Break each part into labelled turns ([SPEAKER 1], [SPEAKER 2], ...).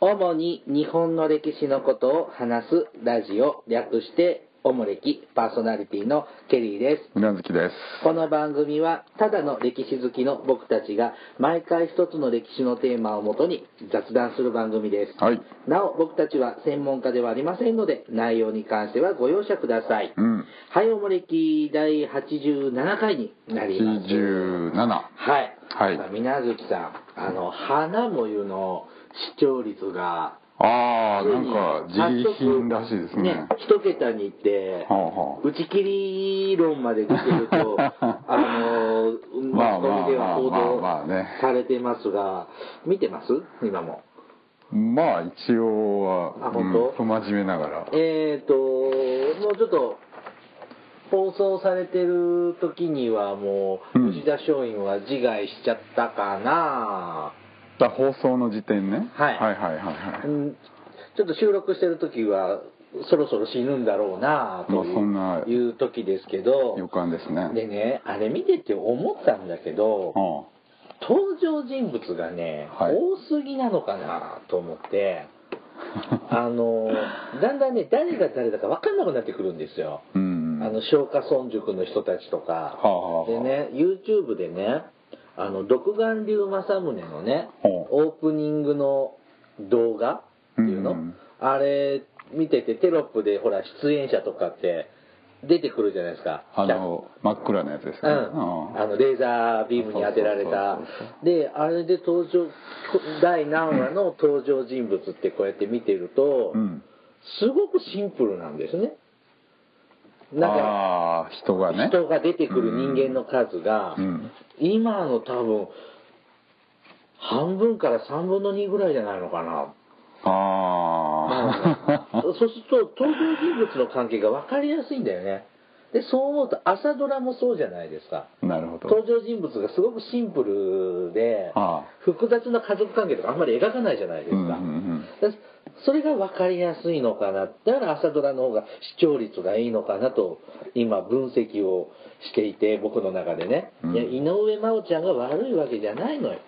[SPEAKER 1] 主に日本の歴史のことを話すラジオ略しておもれきパーソナリティのケリーです
[SPEAKER 2] 皆月です
[SPEAKER 1] この番組はただの歴史好きの僕たちが毎回一つの歴史のテーマをもとに雑談する番組です、
[SPEAKER 2] はい
[SPEAKER 1] なお僕たちは専門家ではありませんので内容に関してはご容赦ください、
[SPEAKER 2] うん
[SPEAKER 1] はいおもれき第87回になります
[SPEAKER 2] 87
[SPEAKER 1] はい。
[SPEAKER 2] はい
[SPEAKER 1] さあ皆月さん、あの、花もゆの視聴率が、
[SPEAKER 2] ああなんか自利品らしいですね
[SPEAKER 1] 一桁にいって、
[SPEAKER 2] はあはあ、
[SPEAKER 1] 打ち切り論まで出てると あの、
[SPEAKER 2] ま
[SPEAKER 1] マ
[SPEAKER 2] あ
[SPEAKER 1] スコミでは報
[SPEAKER 2] まあまあまあまあね
[SPEAKER 1] 道されてますが、見てます今も。
[SPEAKER 2] まあ一応は、
[SPEAKER 1] あ本当
[SPEAKER 2] 不真面目ながら
[SPEAKER 1] えーと、もうちょっと、放送されてる時にはもう、
[SPEAKER 2] うん
[SPEAKER 1] 吉田松陰は自害しちゃったかな
[SPEAKER 2] だ放送の時点ね、
[SPEAKER 1] はい
[SPEAKER 2] はいはいはいは
[SPEAKER 1] う
[SPEAKER 2] い
[SPEAKER 1] んちょっと収録してる時はそろそろ死ぬんだろうなという,、
[SPEAKER 2] まあそんな
[SPEAKER 1] いう時ですけど
[SPEAKER 2] 予感ですね
[SPEAKER 1] でねあれ見てて思ったんだけど
[SPEAKER 2] は
[SPEAKER 1] 登場人物がね、
[SPEAKER 2] はい
[SPEAKER 1] 多すぎなのかなと思って
[SPEAKER 2] あ
[SPEAKER 1] あのだんだんね誰が誰だか分かんなくなってくるんですよ。
[SPEAKER 2] うん
[SPEAKER 1] あの松下村塾の人たちとか、
[SPEAKER 2] はあはあ
[SPEAKER 1] でね YouTube でねあの独眼竜政宗のね
[SPEAKER 2] ほ
[SPEAKER 1] オープニングの動画っていうの、
[SPEAKER 2] うんうん
[SPEAKER 1] あれ見ててテロップでほら出演者とかって出てくるじゃないですか
[SPEAKER 2] あの真っ暗なやつです
[SPEAKER 1] う
[SPEAKER 2] ね、
[SPEAKER 1] ん、あのレーザービームに当てられた
[SPEAKER 2] そうそうそう
[SPEAKER 1] であれで登場第何話の登場人物ってこうやって見てると、
[SPEAKER 2] うん
[SPEAKER 1] すごくシンプルなんですねなんか
[SPEAKER 2] ああ人がね
[SPEAKER 1] 人が出てくる人間の数が、
[SPEAKER 2] うん
[SPEAKER 1] 今の多分半分から3分の2ぐらいじゃないのかな、
[SPEAKER 2] ああ、
[SPEAKER 1] そうすると登場人物の関係が分かりやすいんだよねでそう思うと朝ドラもそうじゃないですか
[SPEAKER 2] なるほど
[SPEAKER 1] 登場人物がすごくシンプルで
[SPEAKER 2] ああ
[SPEAKER 1] 複雑な家族関係とかあんまり描かないじゃないですか、
[SPEAKER 2] うんうん
[SPEAKER 1] だそれが分かりやすいのかなだから朝ドラの方が視聴率がいいのかなと今分析をしていて僕の中でね、
[SPEAKER 2] うん
[SPEAKER 1] いや井上真央ちゃんが悪いわけじゃないのよ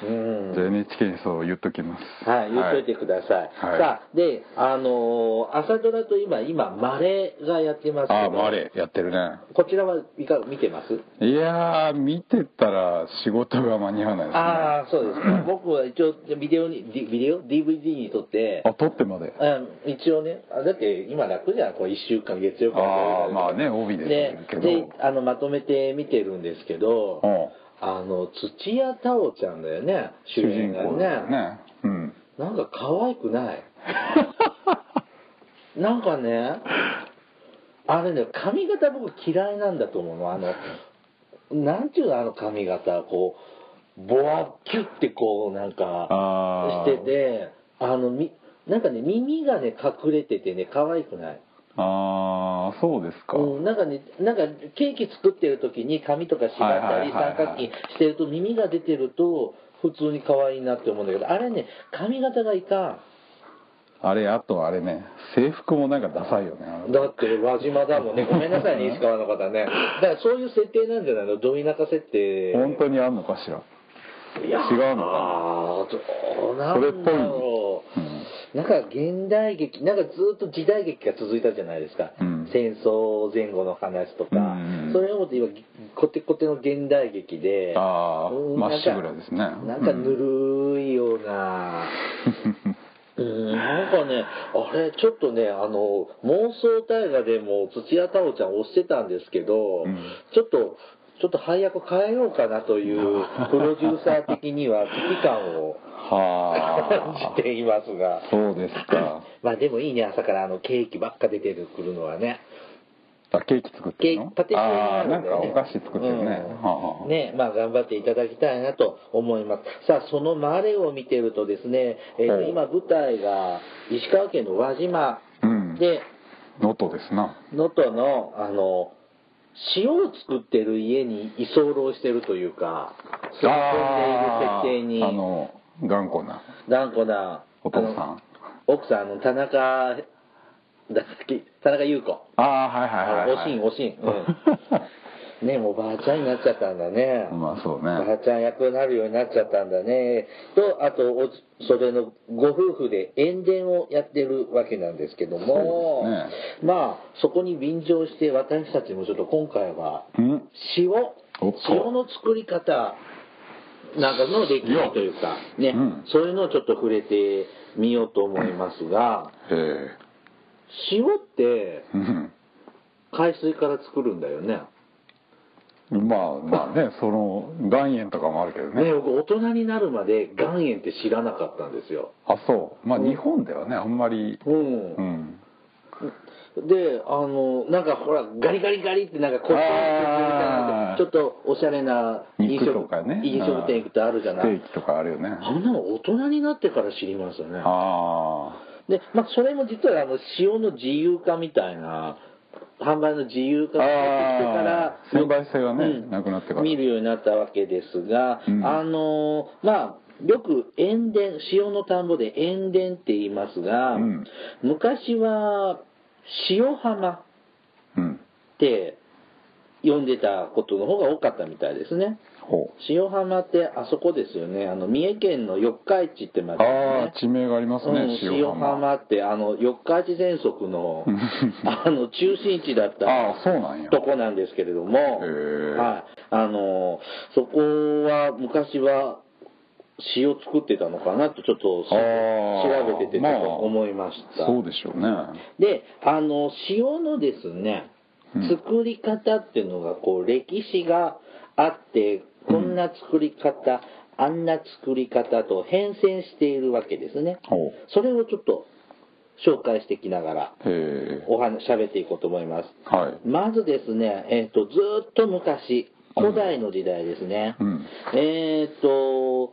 [SPEAKER 1] うん
[SPEAKER 2] うん、じゃあ NHK にそう言っときます
[SPEAKER 1] はい、言っといてください。
[SPEAKER 2] はい
[SPEAKER 1] さあ、で、あのー朝ドラと今、今、マレがやってますけど、
[SPEAKER 2] ああマレーやってるね
[SPEAKER 1] こちらはいかが見てます
[SPEAKER 2] いやー見てたら仕事が間に合わないですね
[SPEAKER 1] ああ、そうです か。僕は一応、ビデオに、ディビデオ ?DVD に撮って、
[SPEAKER 2] あ撮ってまで
[SPEAKER 1] うん、一応ね、あだって今楽じゃん、こう1週間、月曜から
[SPEAKER 2] ああまあね帯で
[SPEAKER 1] です
[SPEAKER 2] けど
[SPEAKER 1] であのまとめて見てるんですけど、
[SPEAKER 2] うん
[SPEAKER 1] あの土屋太鳳ちゃんだよね、主演が
[SPEAKER 2] ですよ
[SPEAKER 1] ね、
[SPEAKER 2] ねうん
[SPEAKER 1] なんか可愛く ない、なんかね、あれね、髪型、僕、嫌いなんだと思うの、あのなんていうの、あの髪型、こう、ボワキュってこう、なんか
[SPEAKER 2] ああ
[SPEAKER 1] してて、あのみなんかね、耳がね、隠れててね、可愛くない。
[SPEAKER 2] ああそうですか、
[SPEAKER 1] うん、なんかね、なんかケーキ作ってる時に紙とか縛ったり
[SPEAKER 2] はいはいはいはい
[SPEAKER 1] 三角形してると耳が出てると普通に可愛いなって思うんだけど、あれね、髪型がいか
[SPEAKER 2] あれあとあれね制服もなんかダサいよねあ
[SPEAKER 1] ん。
[SPEAKER 2] の
[SPEAKER 1] だって輪島だ もんね。ごめんなさいね、石川の方ね。だからそういう設定なんじゃないのど田舎設定。
[SPEAKER 2] 本当にあんのかしら
[SPEAKER 1] いやー
[SPEAKER 2] 違うのか
[SPEAKER 1] ど
[SPEAKER 2] な
[SPEAKER 1] うなんだ
[SPEAKER 2] それっぽい
[SPEAKER 1] ろう。
[SPEAKER 2] うん
[SPEAKER 1] なんか現代劇、なんかずっと時代劇が続いたじゃないですか、
[SPEAKER 2] うん
[SPEAKER 1] 戦争前後の話とか、
[SPEAKER 2] うん
[SPEAKER 1] それを思って今、コテコテの現代劇で、
[SPEAKER 2] あー
[SPEAKER 1] うん
[SPEAKER 2] まっしぐらですね
[SPEAKER 1] なんかなんかぬるいような、うん、なんかね、あれ、ちょっとね、あの、妄想大河でも土屋太鳳ちゃん推してたんですけど、
[SPEAKER 2] うん
[SPEAKER 1] ちょっと、ちょっと配役変えようかなという、 プロデューサー的には危機感を。
[SPEAKER 2] は
[SPEAKER 1] 感じていますが
[SPEAKER 2] あそうですか
[SPEAKER 1] まあでもいいね朝からあのケーキばっか出てくるのはね
[SPEAKER 2] あケーキ作って
[SPEAKER 1] ケ
[SPEAKER 2] る
[SPEAKER 1] ー
[SPEAKER 2] の
[SPEAKER 1] キパティシエに
[SPEAKER 2] あ
[SPEAKER 1] な
[SPEAKER 2] あ
[SPEAKER 1] る
[SPEAKER 2] なんん
[SPEAKER 1] で、
[SPEAKER 2] かお菓子作ってる
[SPEAKER 1] う
[SPEAKER 2] ね、
[SPEAKER 1] ん
[SPEAKER 2] はあ、
[SPEAKER 1] ねまあ頑張っていただきたいなと思いますさあそのマレーを見てるとですね、えーと
[SPEAKER 2] ほう
[SPEAKER 1] 今舞台が石川県の輪島
[SPEAKER 2] うん
[SPEAKER 1] で
[SPEAKER 2] 能登ですな
[SPEAKER 1] 能登のあの塩を作ってる家に居候してるというか住み込んでいる設定に
[SPEAKER 2] あーあの頑固な
[SPEAKER 1] 頑固な
[SPEAKER 2] お父さ
[SPEAKER 1] あの
[SPEAKER 2] ん
[SPEAKER 1] 奥さんの田中だっけ田中優子
[SPEAKER 2] ああーはいはいはい、はい、
[SPEAKER 1] おしんおしんうんねもうばあちゃんになっちゃったんだね、
[SPEAKER 2] まあそう
[SPEAKER 1] ばあ
[SPEAKER 2] ね
[SPEAKER 1] ちゃん役になるようになっちゃったんだねとあとおそれのご夫婦で塩田をやってるわけなんですけども、
[SPEAKER 2] そうで
[SPEAKER 1] まあそこに便乗して私たちもちょっと今回は
[SPEAKER 2] うん
[SPEAKER 1] 塩
[SPEAKER 2] おっと
[SPEAKER 1] 塩の作り方なんかの歴史というかね、
[SPEAKER 2] うん
[SPEAKER 1] そういうのをちょっと触れてみようと思いますが
[SPEAKER 2] へえ
[SPEAKER 1] 塩って
[SPEAKER 2] うん
[SPEAKER 1] 海水から作るんだよね
[SPEAKER 2] まあまあねその岩塩とかもあるけどね
[SPEAKER 1] ね僕大人になるまで岩塩って知らなかったんですよ
[SPEAKER 2] あそうまあ
[SPEAKER 1] うん
[SPEAKER 2] 日本ではねあんまり
[SPEAKER 1] うん
[SPEAKER 2] うん
[SPEAKER 1] であのなんかほらガリガリガリってなんかこう
[SPEAKER 2] あー
[SPEAKER 1] ちょっとおしゃれな飲
[SPEAKER 2] 肉
[SPEAKER 1] 食
[SPEAKER 2] とかね
[SPEAKER 1] 飲食店行くとあるじゃな
[SPEAKER 2] うん
[SPEAKER 1] い
[SPEAKER 2] ステーキとかあるよね
[SPEAKER 1] あんなの大人になってから知りましたね
[SPEAKER 2] あ
[SPEAKER 1] で、まあ、それも実はあの塩の自由化みたいな販売の自由化が出てきてから
[SPEAKER 2] あー専売性がねなくなってから
[SPEAKER 1] 見るようになったわけですが、
[SPEAKER 2] うん
[SPEAKER 1] あのーまあよく塩田塩の田んぼで塩田って言いますが、
[SPEAKER 2] うん
[SPEAKER 1] 昔は塩浜っ
[SPEAKER 2] あうん
[SPEAKER 1] て呼んでたことの方が多かったみたいですね
[SPEAKER 2] ほう
[SPEAKER 1] 塩浜ってあそこですよねあの三重県の四日市って町です
[SPEAKER 2] あ
[SPEAKER 1] ね
[SPEAKER 2] あ地名がありますね、
[SPEAKER 1] うん、塩浜ってあの四日市喘息の
[SPEAKER 2] うん
[SPEAKER 1] あの中心地だった
[SPEAKER 2] ああそうなんや
[SPEAKER 1] とこなんですけれども、
[SPEAKER 2] へー
[SPEAKER 1] はい、あのそこは昔は塩作ってたのかなとちょっと
[SPEAKER 2] あー
[SPEAKER 1] 調べててちょっと思いました、
[SPEAKER 2] そうでしょうね
[SPEAKER 1] であの塩のですね
[SPEAKER 2] うん
[SPEAKER 1] 作り方っていうのがこう歴史があってこんな作り方、あんな作り方と変遷しているわけですね
[SPEAKER 2] ほ
[SPEAKER 1] それをちょっと紹介していきながら
[SPEAKER 2] うへえ
[SPEAKER 1] お話喋っていこうと思います
[SPEAKER 2] はい
[SPEAKER 1] まずですね、えっとずーっと昔古代の時代ですね、
[SPEAKER 2] うん
[SPEAKER 1] えっと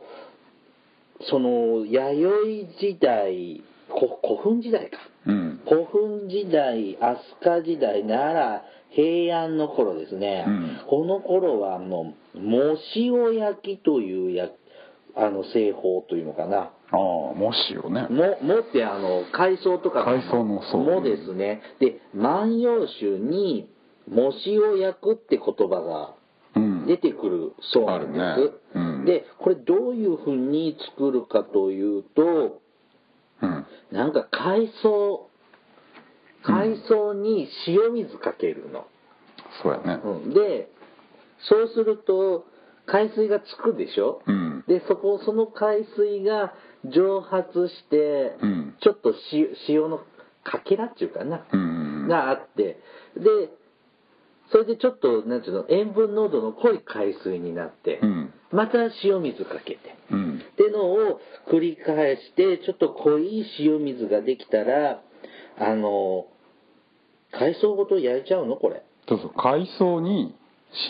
[SPEAKER 1] その弥生時代こ古墳時代か
[SPEAKER 2] うん
[SPEAKER 1] 古墳時代飛鳥時代奈良平安の頃ですね、
[SPEAKER 2] うん
[SPEAKER 1] この頃はあの藻塩焼きというやあの製法というのかな
[SPEAKER 2] ああもしよね
[SPEAKER 1] も、もってあの、海藻とか。
[SPEAKER 2] 海藻のそう
[SPEAKER 1] もですね。で、万葉集に、藻塩焼くって言葉が
[SPEAKER 2] うん
[SPEAKER 1] 出てくるそうなんです。
[SPEAKER 2] あるねうん
[SPEAKER 1] で、これどういうふうに作るかというと、
[SPEAKER 2] うん
[SPEAKER 1] なんか海藻、海藻に塩水かけるの。
[SPEAKER 2] そうやね
[SPEAKER 1] うんで、そうすると、海水がつくでしょ、
[SPEAKER 2] うん
[SPEAKER 1] でそこその海水が蒸発して、
[SPEAKER 2] うん
[SPEAKER 1] ちょっと塩塩のかけらっていうかな、
[SPEAKER 2] うん
[SPEAKER 1] があってでそれでちょっとなんていうの塩分濃度の濃い海水になって、
[SPEAKER 2] うん
[SPEAKER 1] また塩水かけて
[SPEAKER 2] うん
[SPEAKER 1] っていうのを繰り返してちょっと濃い塩水ができたらあの海藻ごと焼いちゃうのこれ
[SPEAKER 2] そうそう海藻に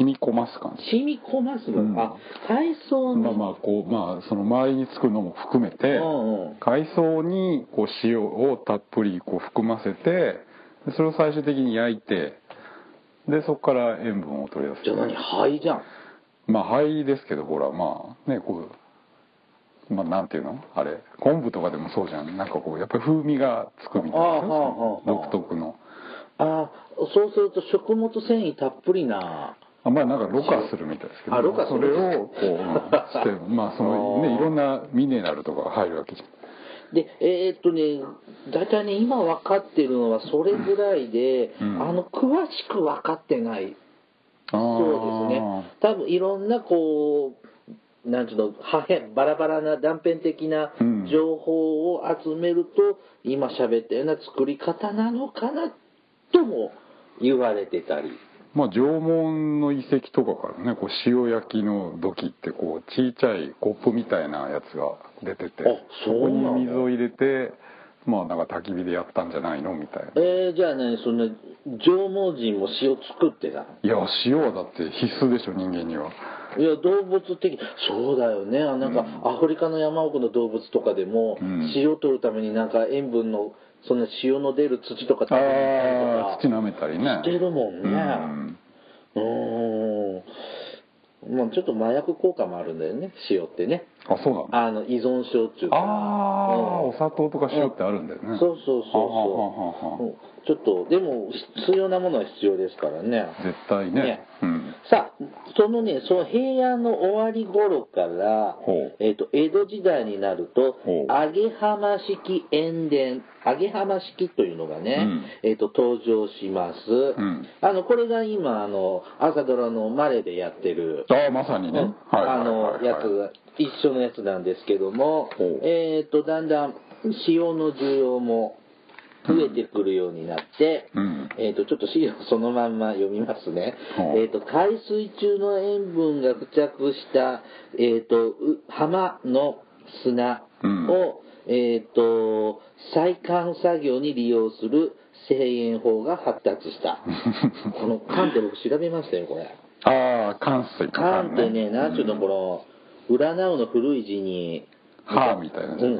[SPEAKER 2] 染み込ます感じ
[SPEAKER 1] 染み込ますの、
[SPEAKER 2] うん
[SPEAKER 1] あ海藻に、
[SPEAKER 2] まあまあこうまあその周りにつくのも含めて
[SPEAKER 1] うんうん
[SPEAKER 2] 海藻にこう塩をたっぷりこう含ませてでそれを最終的に焼いてでそこから塩分を取り出す
[SPEAKER 1] じゃあ何灰じゃん
[SPEAKER 2] まあ灰ですけどほらまあねこうまあなんていうのあれ昆布とかでもそうじゃんなんかこうやっぱり風味がつくみたい
[SPEAKER 1] ああ
[SPEAKER 2] な
[SPEAKER 1] はあはあはあ
[SPEAKER 2] 独特の
[SPEAKER 1] あーそうすると食物繊維たっぷりな
[SPEAKER 2] あまあなんかろ過するみたいですけど
[SPEAKER 1] あろ過す
[SPEAKER 2] そ
[SPEAKER 1] る
[SPEAKER 2] れをこう、うんしてまあその
[SPEAKER 1] あー
[SPEAKER 2] ねいろんなミネラルとかが入るわけじゃん
[SPEAKER 1] でえーっとね大体ね今分かってるのはそれぐらいで、
[SPEAKER 2] うん
[SPEAKER 1] あの詳しく分かってない
[SPEAKER 2] あ
[SPEAKER 1] そうですね多分いろんなこうなんていうの破片バラバラな断片的な
[SPEAKER 2] うん
[SPEAKER 1] 情報を集めると、今喋ったような作り方なのかなとも言われてたり
[SPEAKER 2] まあ、縄文の遺跡とかからねこう塩焼きの土器ってこうちいちゃいコップみたいなやつが出てて
[SPEAKER 1] あそうなんだ
[SPEAKER 2] こに水を入れてまあなんか焚き火でやったんじゃないのみたいな
[SPEAKER 1] えー、じゃあねそんな縄文人も塩作ってたの
[SPEAKER 2] いや塩はだって必須でしょ人間にはい
[SPEAKER 1] や動物的そうだよねあなんか、
[SPEAKER 2] うん
[SPEAKER 1] アフリカの山奥の動物とかでも、
[SPEAKER 2] うん
[SPEAKER 1] 塩を取るためになんか塩分のそんな塩の出る土とか食べたりと
[SPEAKER 2] あ
[SPEAKER 1] か
[SPEAKER 2] あ土舐めたりね
[SPEAKER 1] してるもんね
[SPEAKER 2] うん
[SPEAKER 1] うーんまあちょっと麻薬効果もあるんだよね塩ってね
[SPEAKER 2] あそうなんだ
[SPEAKER 1] あの依存症っていうか
[SPEAKER 2] ああ
[SPEAKER 1] うん
[SPEAKER 2] お砂糖とか塩ってあるんだよね、
[SPEAKER 1] そうそうそう
[SPEAKER 2] はははは
[SPEAKER 1] そううんちょっとでも必要なものは必要ですからね
[SPEAKER 2] 絶対ね
[SPEAKER 1] ね
[SPEAKER 2] うん
[SPEAKER 1] さそのね、その平安の終わり頃から
[SPEAKER 2] ほう、
[SPEAKER 1] えっ、と、江戸時代になると、
[SPEAKER 2] ほう
[SPEAKER 1] 揚げ浜式塩田、揚げ浜式というのがね、
[SPEAKER 2] うん
[SPEAKER 1] えっ、と、登場します。
[SPEAKER 2] ん
[SPEAKER 1] あの、これが今、あの、朝ドラのマレでやってる、
[SPEAKER 2] ああまさにね、はいはい
[SPEAKER 1] あ
[SPEAKER 2] はい
[SPEAKER 1] のや
[SPEAKER 2] は
[SPEAKER 1] つ
[SPEAKER 2] い
[SPEAKER 1] 一緒のやつなんですけども
[SPEAKER 2] ほう、
[SPEAKER 1] えー、とだんだん塩の需要も増えてくるようになって、
[SPEAKER 2] うん
[SPEAKER 1] えー、とちょっと資料そのまんま読みますね、
[SPEAKER 2] ほう
[SPEAKER 1] えー、と海水中の塩分が付着した、えー、とう浜の砂を、
[SPEAKER 2] うん
[SPEAKER 1] えー、と採管作業に利用する製塩法が発達したこの缶って僕調べましたよこれ。
[SPEAKER 2] ああ関水と
[SPEAKER 1] カ
[SPEAKER 2] か
[SPEAKER 1] ーンってね、なんちゅうの、この、占うの古い字に、
[SPEAKER 2] 歯みたいなね
[SPEAKER 1] うん。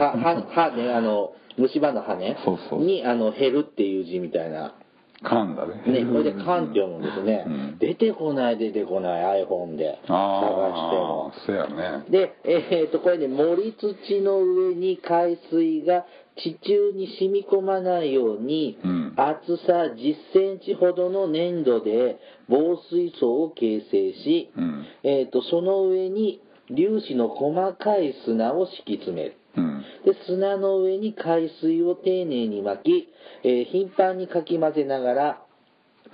[SPEAKER 1] は、は、はね、あの、虫歯の歯ね。
[SPEAKER 2] そうそう
[SPEAKER 1] に、あの、減るっていう字みたいな。
[SPEAKER 2] 缶だね
[SPEAKER 1] ね、これでカーンって読むんですね。
[SPEAKER 2] うん
[SPEAKER 1] 出てこない、出てこない、iPhone で。探して
[SPEAKER 2] あ
[SPEAKER 1] も。
[SPEAKER 2] あせやね
[SPEAKER 1] で、えっと、これね、盛り土の上に海水が地中に染み込まないように、
[SPEAKER 2] うん
[SPEAKER 1] 厚さ10センチほどの粘土で防水層を形成し、
[SPEAKER 2] うん
[SPEAKER 1] えー、とその上に粒子の細かい砂を敷き詰める
[SPEAKER 2] うん
[SPEAKER 1] で砂の上に海水を丁寧に巻き、えー頻繁にかき混ぜながら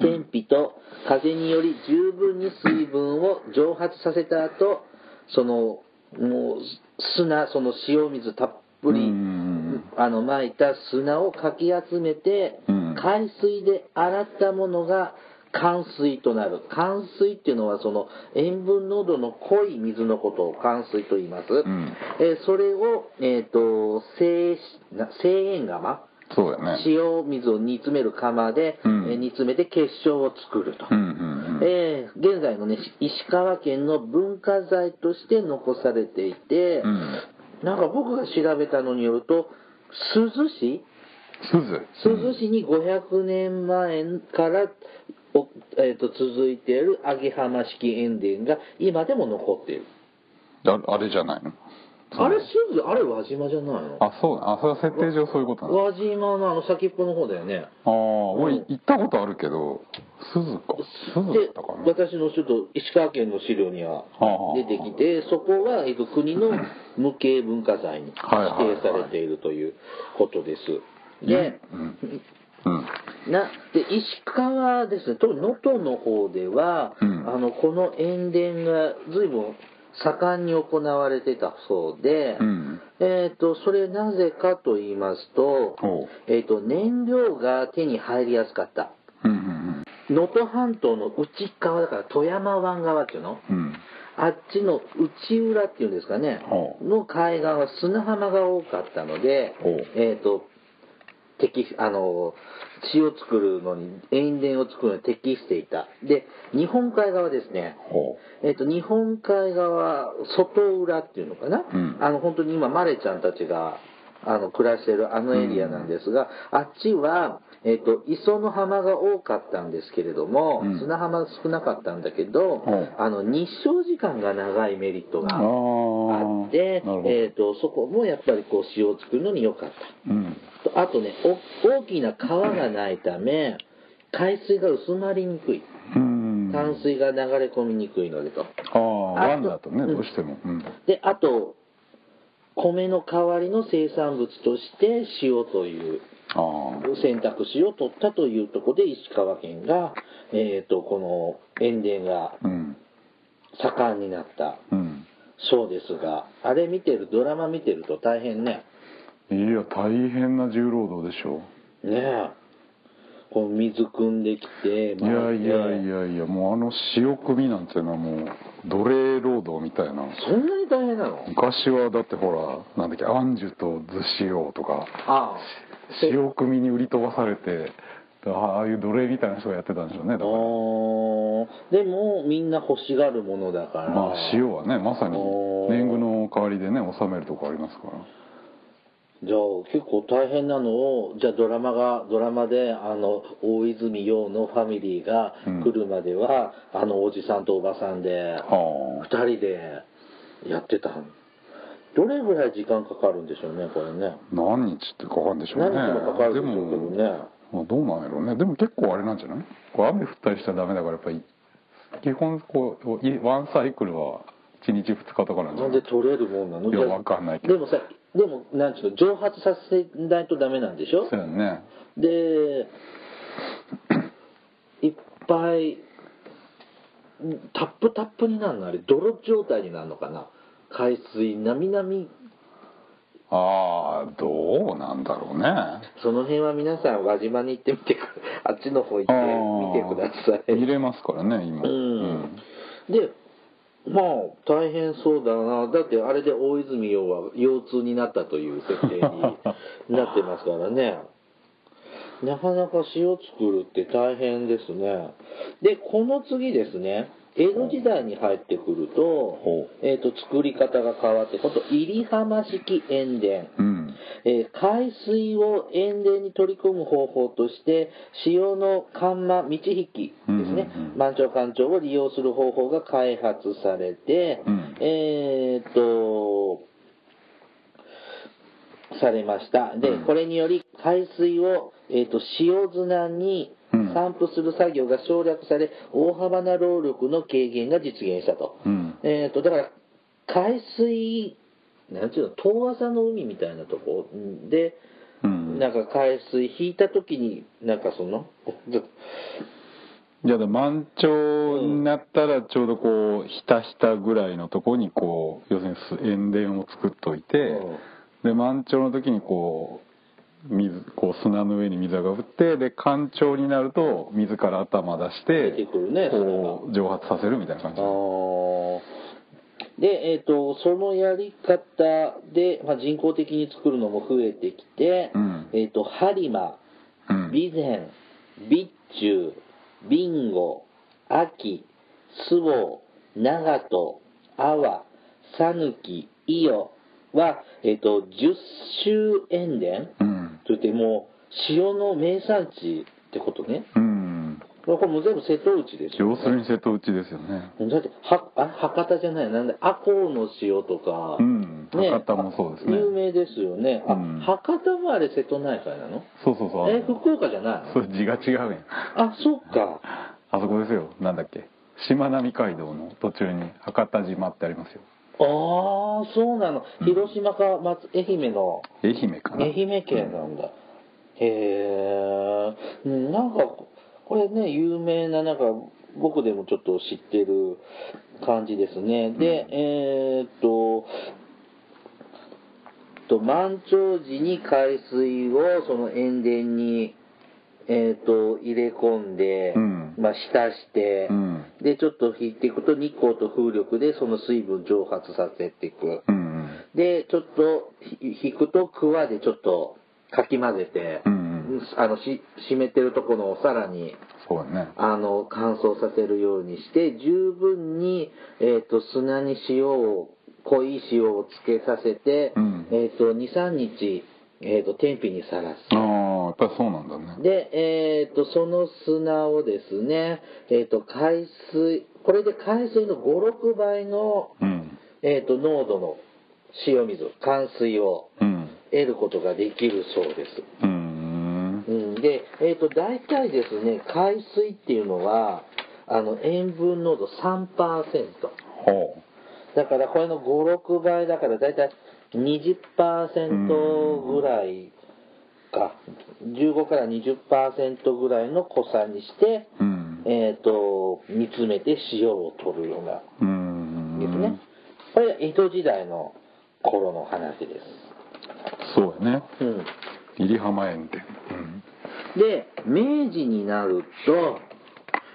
[SPEAKER 1] 天日と風により十分に水分を蒸発させた後そのもう砂その塩水たっぷり
[SPEAKER 2] うん
[SPEAKER 1] あの巻いた砂をかき集めて、
[SPEAKER 2] うん
[SPEAKER 1] 海水で洗ったものが寒水となる寒水っていうのはその塩分濃度の濃い水のことを寒水と言います、
[SPEAKER 2] ん
[SPEAKER 1] えーそれを、えー、と精な精塩釜
[SPEAKER 2] そうだね
[SPEAKER 1] 塩水を煮詰める釜で、
[SPEAKER 2] うん
[SPEAKER 1] えー煮詰めて結晶を作ると、
[SPEAKER 2] うんうんうん
[SPEAKER 1] えー現在のねし石川県の文化財として残されていて、
[SPEAKER 2] うん
[SPEAKER 1] なんか僕が調べたのによると、珠洲市
[SPEAKER 2] 鈴
[SPEAKER 1] 珠洲市に500年前から、おえー、と続いている揚げ浜式塩田が今でも残っている。
[SPEAKER 2] ああれじゃないの
[SPEAKER 1] あれ珠洲、あれ輪島じゃないの
[SPEAKER 2] あそうだあそれは設定上そういうことなの
[SPEAKER 1] 輪島のあの先っぽの方だよね。
[SPEAKER 2] ああ俺行ったことあるけど鈴か鈴だっ
[SPEAKER 1] で
[SPEAKER 2] たかな
[SPEAKER 1] 私のちょっと石川県の資料には
[SPEAKER 2] あはあ
[SPEAKER 1] 出てきて、そこは、えー、と国の無形文化財に指
[SPEAKER 2] はいはいはい
[SPEAKER 1] 定されているということです。で、
[SPEAKER 2] うんうん
[SPEAKER 1] なで石川ですね、特に能登の方では、
[SPEAKER 2] うん
[SPEAKER 1] あのこの塩田が随分盛んに行われてたそうで、
[SPEAKER 2] うん
[SPEAKER 1] えー、とそれなぜかと言いますと,、
[SPEAKER 2] ほう
[SPEAKER 1] えー、と、燃料が手に入りやすかった、
[SPEAKER 2] うんうん
[SPEAKER 1] 能登半島の内側、だから富山湾側っていうの、
[SPEAKER 2] うんうん
[SPEAKER 1] あっちの内浦っていうんですかね、
[SPEAKER 2] ほう
[SPEAKER 1] の海岸は砂浜が多かったので
[SPEAKER 2] ほう、
[SPEAKER 1] えー、と適あの血を作るのに塩田を作るのに適していたで日本海側ですね、
[SPEAKER 2] ほ
[SPEAKER 1] えー、と日本海側外浦っていうのかな、
[SPEAKER 2] うん
[SPEAKER 1] あの本当に今マレちゃんたちがあの暮らしてるあのエリアなんですが、あっちは、えー、と磯の浜が多かったんですけれども、
[SPEAKER 2] うん
[SPEAKER 1] 砂浜が少なかったんだけど、
[SPEAKER 2] うん
[SPEAKER 1] あの日照時間が長いメリット
[SPEAKER 2] う
[SPEAKER 1] が
[SPEAKER 2] ああ
[SPEAKER 1] あって、
[SPEAKER 2] なるほど
[SPEAKER 1] えー、とそこもやっぱりこう塩を作るのに良かっ
[SPEAKER 2] うん
[SPEAKER 1] たとあとねお大きな川がないため海水が薄まりにくい
[SPEAKER 2] うん
[SPEAKER 1] 淡水が流れ込みにくいのでと
[SPEAKER 2] ああワンだとね
[SPEAKER 1] うん
[SPEAKER 2] どうしてもうん
[SPEAKER 1] であと米の代わりの生産物として塩という
[SPEAKER 2] ああ
[SPEAKER 1] 選択肢を取ったというところで石川県が、えー、とこの塩田が
[SPEAKER 2] うん
[SPEAKER 1] 盛んになった
[SPEAKER 2] うん
[SPEAKER 1] そうですがあれ見てるドラマ見てると大変ね
[SPEAKER 2] いや大変な重労働でしょ
[SPEAKER 1] ねえこう水汲んできて
[SPEAKER 2] いやいやい
[SPEAKER 1] や
[SPEAKER 2] やいやもうあの塩汲みなんていうのはもう奴隷労働みたいな
[SPEAKER 1] そんなに大変なの
[SPEAKER 2] 昔はだってほらなんだっけアンジュとズシオとか
[SPEAKER 1] ああ
[SPEAKER 2] 塩汲みに売り飛ばされてああああいう奴隷みたいな人がやってたんでしょうねだ
[SPEAKER 1] あ
[SPEAKER 2] から
[SPEAKER 1] ーでもみんな欲しがるものだから
[SPEAKER 2] まあ塩はねまさに
[SPEAKER 1] おー
[SPEAKER 2] 年貢の代わりでね納めるとこありますから
[SPEAKER 1] じゃあ結構大変なのをじゃあドラマがドラマであの大泉洋のファミリーが来るまでは、あのおじさんとおばさんで
[SPEAKER 2] は
[SPEAKER 1] 2人でやってたどれぐらい時間かかるんでしょうねこれね
[SPEAKER 2] あ何日ってかかるんでしょうね
[SPEAKER 1] 何日もかかる
[SPEAKER 2] で
[SPEAKER 1] んでしょうけど
[SPEAKER 2] も
[SPEAKER 1] ね
[SPEAKER 2] まあどうなんやろうねでも結構あれなんじゃないこれ雨降ったりしたらダメだからやっぱり基本こういワンサイクルは1日2日とかなんじ
[SPEAKER 1] な
[SPEAKER 2] ゃ
[SPEAKER 1] ん
[SPEAKER 2] な
[SPEAKER 1] で
[SPEAKER 2] い
[SPEAKER 1] 取れるもんなの
[SPEAKER 2] いや
[SPEAKER 1] じゃあ
[SPEAKER 2] わかんないけ
[SPEAKER 1] で
[SPEAKER 2] ど
[SPEAKER 1] もさでもなんちゅうの蒸発させないとダメなんでしょ
[SPEAKER 2] そうやんね
[SPEAKER 1] でいっぱいんタップタップになるのあれ泥状態になるのかな海水なみなみ
[SPEAKER 2] ああどうなんだろうね
[SPEAKER 1] その辺は皆さん輪島に行ってみてくあっちの方行
[SPEAKER 2] あ
[SPEAKER 1] って見てくださ
[SPEAKER 2] ー
[SPEAKER 1] い
[SPEAKER 2] 見れますからね今
[SPEAKER 1] うんでまあ大変そうだなだってあれで大泉洋は腰痛になったという設定になってますからね なかなか詩を作るって大変ですねでこの次ですね江戸時代に入ってくると
[SPEAKER 2] ほ,、
[SPEAKER 1] えー、と作り方が変わって今度入浜式塩田
[SPEAKER 2] うん
[SPEAKER 1] えー海水を塩田に取り込む方法として塩の緩和道引きですね、
[SPEAKER 2] うんうんうん
[SPEAKER 1] 満潮干潮を利用する方法が開発されて、
[SPEAKER 2] うん
[SPEAKER 1] えーっとされましたで、
[SPEAKER 2] うん
[SPEAKER 1] これにより海水を、えーっと塩砂に
[SPEAKER 2] うん
[SPEAKER 1] 散布する作業が省略され大幅な労力の軽減が実現したと。
[SPEAKER 2] うん
[SPEAKER 1] えー、とだから海水なんていうの遠浅の海みたいなとこんで、
[SPEAKER 2] うん
[SPEAKER 1] なんか海水引いた時になんかそのず
[SPEAKER 2] いやだ満潮になったらちょうどこうひたひたぐらいのとこにこう要するにす塩田を作っといて、
[SPEAKER 1] うん
[SPEAKER 2] で満潮の時にこう水こう砂の上に水が降ってで干潮になると水から頭出し
[SPEAKER 1] 出
[SPEAKER 2] て
[SPEAKER 1] てくるねそれが
[SPEAKER 2] こう蒸発させるみたいな感じ
[SPEAKER 1] あーで、えー、とそのやり方で、まあ、人工的に作るのも増えてきて、
[SPEAKER 2] うん
[SPEAKER 1] えー、と播磨
[SPEAKER 2] うん
[SPEAKER 1] 備前備中備後秋周防長門阿波讃岐伊予は、えっと十州塩田
[SPEAKER 2] うん
[SPEAKER 1] といってもう塩の名産地ってことね
[SPEAKER 2] うん
[SPEAKER 1] これもう全部瀬戸内ですよ、
[SPEAKER 2] 要
[SPEAKER 1] ね、
[SPEAKER 2] するに瀬戸内ですよね
[SPEAKER 1] だってはあ博多じゃないなんで赤穂の塩とか、
[SPEAKER 2] うん
[SPEAKER 1] ね
[SPEAKER 2] 博多もそうですね
[SPEAKER 1] 有名ですよね、
[SPEAKER 2] うん
[SPEAKER 1] あ博多もあれ瀬戸内海なの
[SPEAKER 2] そうそうそうあ
[SPEAKER 1] え
[SPEAKER 2] の
[SPEAKER 1] 福岡じゃない
[SPEAKER 2] そう字が違うやん
[SPEAKER 1] あそっか
[SPEAKER 2] あそこですよなんだっけしまなみ海道の途中に博多島ってありますよ
[SPEAKER 1] ああそうなの
[SPEAKER 2] うん
[SPEAKER 1] 広島か松愛媛の
[SPEAKER 2] 愛媛かな
[SPEAKER 1] 愛媛県なんだ、へえうんなんかこれね有名ななんか僕でもちょっと知ってる感じですねで、
[SPEAKER 2] うん
[SPEAKER 1] えーっとと満潮時に海水をその塩田に、えーっと入れ込んで、
[SPEAKER 2] うん
[SPEAKER 1] まあ、浸して、
[SPEAKER 2] うん
[SPEAKER 1] でちょっと引いていくと日光と風力でその水分蒸発させていく
[SPEAKER 2] うん
[SPEAKER 1] でちょっとひ引くとくわでちょっとかき混ぜて、
[SPEAKER 2] うんうん
[SPEAKER 1] あのし湿ってるところをさらに
[SPEAKER 2] そうだね
[SPEAKER 1] あの乾燥させるようにして十分に、えー、と砂に塩を濃い塩をつけさせて、
[SPEAKER 2] うん
[SPEAKER 1] えー、と23日、えー、と天日にさらす。
[SPEAKER 2] ああやっぱりそうなんだね
[SPEAKER 1] で、えー、とその砂をですね、えー、と海水これで海水の56倍の、
[SPEAKER 2] うん
[SPEAKER 1] えー、と濃度の塩水乾水を
[SPEAKER 2] うん
[SPEAKER 1] 得ることができるそうです、
[SPEAKER 2] うん
[SPEAKER 1] うん、で、えー、と大体ですね海水っていうのはあの塩分濃度3%
[SPEAKER 2] ほ
[SPEAKER 1] だからこれの56倍だから大体20%ぐらいか15から20%ぐらいの濃さにして、
[SPEAKER 2] ううん
[SPEAKER 1] えー、と煮詰めて塩を取るような
[SPEAKER 2] うん
[SPEAKER 1] ですね、これ江戸時代の頃の話で
[SPEAKER 2] そうやね
[SPEAKER 1] す、うん、
[SPEAKER 2] 入浜園ってうん
[SPEAKER 1] で明治になると,、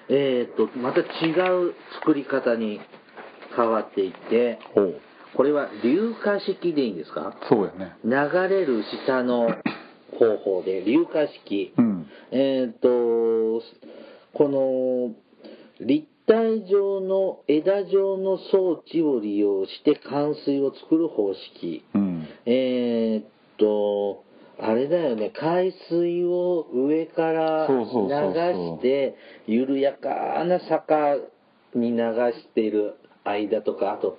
[SPEAKER 1] えー、とまた違う作り方に変わっていって
[SPEAKER 2] ほう
[SPEAKER 1] これは硫化式でいいんですか
[SPEAKER 2] そうやね
[SPEAKER 1] 流れる下の方法で硫化式、
[SPEAKER 2] うん
[SPEAKER 1] えっ、とこの立体状の枝状の装置を利用して冠水を作る方式
[SPEAKER 2] うん
[SPEAKER 1] えーっと、あれだよね、海水を上から流
[SPEAKER 2] そうそうそうそう
[SPEAKER 1] して、緩やかな坂に流している間とか、あと、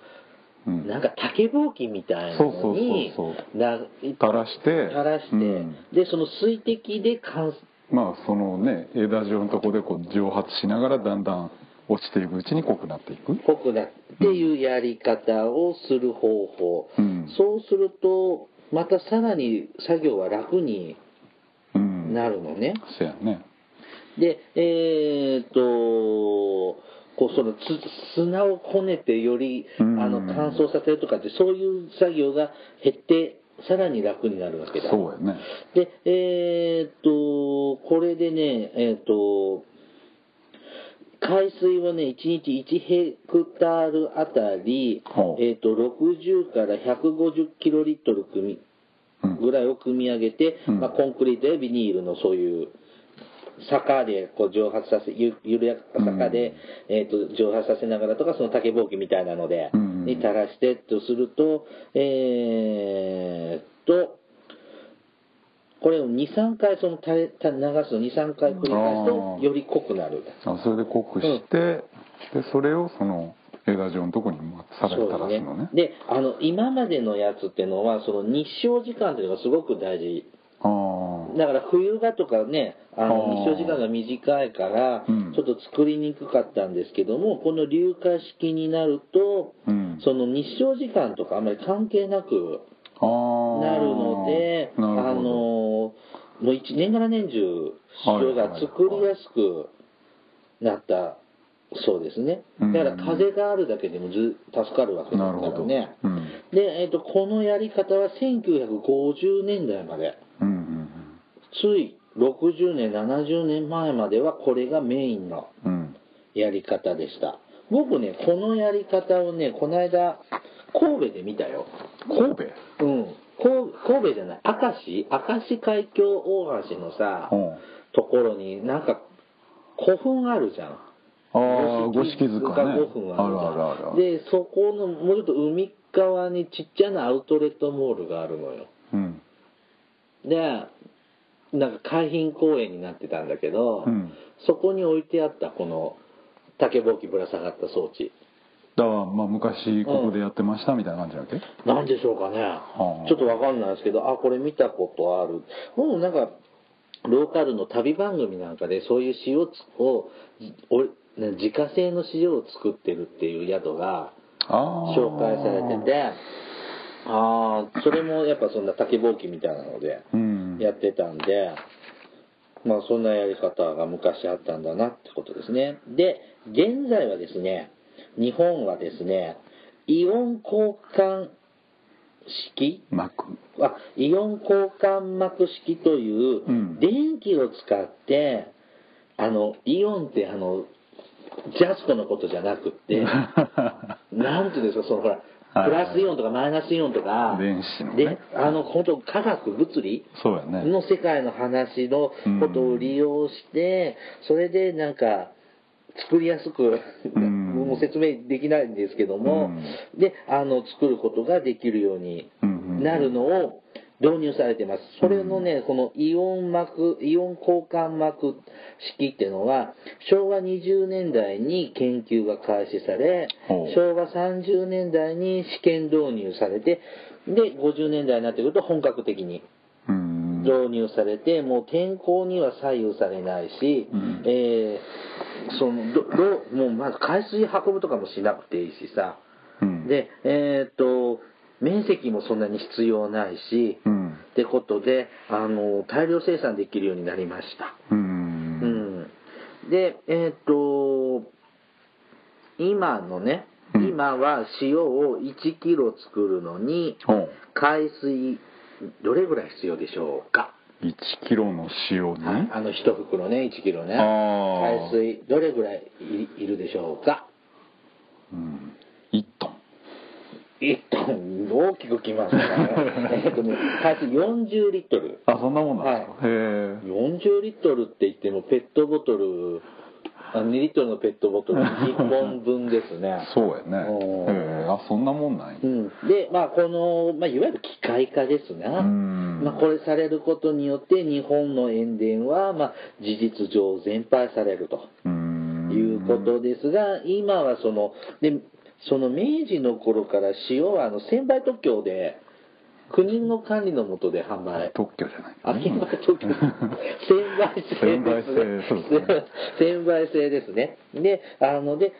[SPEAKER 2] うん
[SPEAKER 1] なんか竹ぼうきみたいなのに、
[SPEAKER 2] そうそうそう
[SPEAKER 1] な
[SPEAKER 2] 垂らして
[SPEAKER 1] 垂らして、
[SPEAKER 2] うん
[SPEAKER 1] で、その水滴で乾
[SPEAKER 2] まあそのね枝状のとこでこう蒸発しながらだんだん落ちていくうちに濃くなっていく
[SPEAKER 1] 濃くなっていうやり方をする方法、
[SPEAKER 2] うん
[SPEAKER 1] そうするとまたさらに作業は楽に
[SPEAKER 2] うん
[SPEAKER 1] なるのね、
[SPEAKER 2] せやね
[SPEAKER 1] でえーっとこうそのつ砂をこねてよりあ
[SPEAKER 2] うん
[SPEAKER 1] の乾燥させるとかってそういう作業が減ってさらに楽になるわけだ
[SPEAKER 2] そうやね
[SPEAKER 1] で、えーっと、これでね、えーっと、海水をね、1日1ヘクタールあたり
[SPEAKER 2] ほ、う
[SPEAKER 1] えーっと、60から150キロリットル組
[SPEAKER 2] うん
[SPEAKER 1] ぐらいを組み上げて、
[SPEAKER 2] うん
[SPEAKER 1] まあ、コンクリートやビニールのそういう、坂でこう蒸発させ、ゆ緩やか坂で、えーっと蒸発させながらとか、その竹ぼうきみたいなので、
[SPEAKER 2] うん
[SPEAKER 1] に垂らしてとすると、えーっと、これを23回その垂れ垂れ流すの23回繰り返すと
[SPEAKER 2] あー
[SPEAKER 1] より濃くなる
[SPEAKER 2] あそれで濃くして、でそれをその枝状のとこにまたさらに垂らすのね
[SPEAKER 1] であの今までのやつっていうのはその日照時間というのがすごく大事
[SPEAKER 2] ああ
[SPEAKER 1] だから冬場とかねあの
[SPEAKER 2] あ
[SPEAKER 1] 日
[SPEAKER 2] ー
[SPEAKER 1] 照時間が短いから
[SPEAKER 2] うん
[SPEAKER 1] ちょっと作りにくかったんですけども、この硫化式になると
[SPEAKER 2] うん
[SPEAKER 1] その日照時間とかあまり関係なく
[SPEAKER 2] あー
[SPEAKER 1] なるので、あ
[SPEAKER 2] なるほど
[SPEAKER 1] の、もう1年から年中、塩が作りやすくなったそうですね。
[SPEAKER 2] うん
[SPEAKER 1] だから風があるだけでもず助かるわけだ
[SPEAKER 2] な
[SPEAKER 1] か
[SPEAKER 2] るほ
[SPEAKER 1] ら
[SPEAKER 2] ど、
[SPEAKER 1] ね。
[SPEAKER 2] うん、
[SPEAKER 1] で、えっ、と、このやり方は1950年代まで、
[SPEAKER 2] うんうん
[SPEAKER 1] つい60年、70年前まではこれがメインの
[SPEAKER 2] うんうん
[SPEAKER 1] やり方でした。僕ね、このやり方をね、この間、神戸で見たよ。
[SPEAKER 2] 神戸
[SPEAKER 1] うん。こう神戸じゃない、明石明石海峡大橋のさ、
[SPEAKER 2] うん
[SPEAKER 1] ところになんか古墳あるじゃん。
[SPEAKER 2] ああ五色塚ね
[SPEAKER 1] 五墳あ
[SPEAKER 2] あ
[SPEAKER 1] るじゃん
[SPEAKER 2] るあるあるある
[SPEAKER 1] で、そこのもうちょっと海側にちっちゃなアウトレットモールがあるのよ。
[SPEAKER 2] うん
[SPEAKER 1] で、なんか海浜公園になってたんだけど、
[SPEAKER 2] うん
[SPEAKER 1] そこに置いてあったこの竹ぼうきぶら下がった装置。
[SPEAKER 2] だからまあ昔ここでやってましたみたいな感じだっけ、
[SPEAKER 1] なんでしょうかね、
[SPEAKER 2] はあ
[SPEAKER 1] ちょっとわかんないですけど、あ、これ見たことある。もうなんか、ローカルの旅番組なんかで、そういう塩をつをお、ね自家製の塩を作ってるっていう宿が
[SPEAKER 2] ああ
[SPEAKER 1] 紹介されてて、ああ、それもやっぱそんな竹ぼうきみたいなので
[SPEAKER 2] うん
[SPEAKER 1] やってたんで、まあそんなやり方が昔あったんだなってことですね。で、現在はですね、日本はですね、イオン交換式
[SPEAKER 2] 膜
[SPEAKER 1] あイオン交換膜式という、
[SPEAKER 2] うん
[SPEAKER 1] 電気を使ってあのイオンってあのジャストのことじゃなくって なんていうんですかそのほら
[SPEAKER 2] はい
[SPEAKER 1] プラスイオンとかマイナスイオンとか
[SPEAKER 2] 電子のね
[SPEAKER 1] であの本当科学物理
[SPEAKER 2] そうやね
[SPEAKER 1] の世界の話のことを利用して、それでなんか作りやすく、
[SPEAKER 2] うん
[SPEAKER 1] もう説明できないんですけども、であの作ることができるようになるのを導入されてます。それのね、このイオン膜、イオン交換膜式っていうのは、昭和20年代に研究が開始され
[SPEAKER 2] ほう、
[SPEAKER 1] 昭和30年代に試験導入されて、で、50年代になってくると本格的に
[SPEAKER 2] うん
[SPEAKER 1] 導入されて、もう天候には左右されないし、
[SPEAKER 2] うん
[SPEAKER 1] えーそのどどもうまず海水運ぶとかもしなくていいしさ、
[SPEAKER 2] うん
[SPEAKER 1] で、えーっと、面積もそんなに必要ないし、
[SPEAKER 2] うん
[SPEAKER 1] ってことで、あの、大量生産できるようになりました。
[SPEAKER 2] う
[SPEAKER 1] うんん。で、えーっと、今のね、
[SPEAKER 2] うん
[SPEAKER 1] 今は塩を1キロ作るのに、
[SPEAKER 2] ほう
[SPEAKER 1] 海水、どれぐらい必要でしょうか、
[SPEAKER 2] 1キロの塩に、
[SPEAKER 1] はい、あの、一袋ね、1キロね。
[SPEAKER 2] あ
[SPEAKER 1] 海
[SPEAKER 2] ー
[SPEAKER 1] 水、どれぐらいいいるでしょうか
[SPEAKER 2] うん、1トン
[SPEAKER 1] 一トン大きくきましたね えっとね海水40リットル
[SPEAKER 2] あそんなもんなんですか、へえ
[SPEAKER 1] 40リットルって言ってもペットボトルあ2リットルのペットボトル1本分ですね
[SPEAKER 2] そうやね
[SPEAKER 1] お
[SPEAKER 2] へ
[SPEAKER 1] ー
[SPEAKER 2] えあそんなもんなんや
[SPEAKER 1] うん、で、まあ、この、まあ、いわゆる機械化ですが、
[SPEAKER 2] うん
[SPEAKER 1] まあ、これされることによって日本の塩田は、まあ、事実上全廃されると
[SPEAKER 2] うん
[SPEAKER 1] いうことですが、今はその、で、その明治の頃から塩はあの、専売特許で国の管理の下で販売。
[SPEAKER 2] 特許じゃない
[SPEAKER 1] あ、
[SPEAKER 2] ね
[SPEAKER 1] 販売特許。専売制
[SPEAKER 2] 専売
[SPEAKER 1] で
[SPEAKER 2] 制
[SPEAKER 1] す
[SPEAKER 2] そう
[SPEAKER 1] ね
[SPEAKER 2] です ね。
[SPEAKER 1] 専売制ですね。で、あの、で、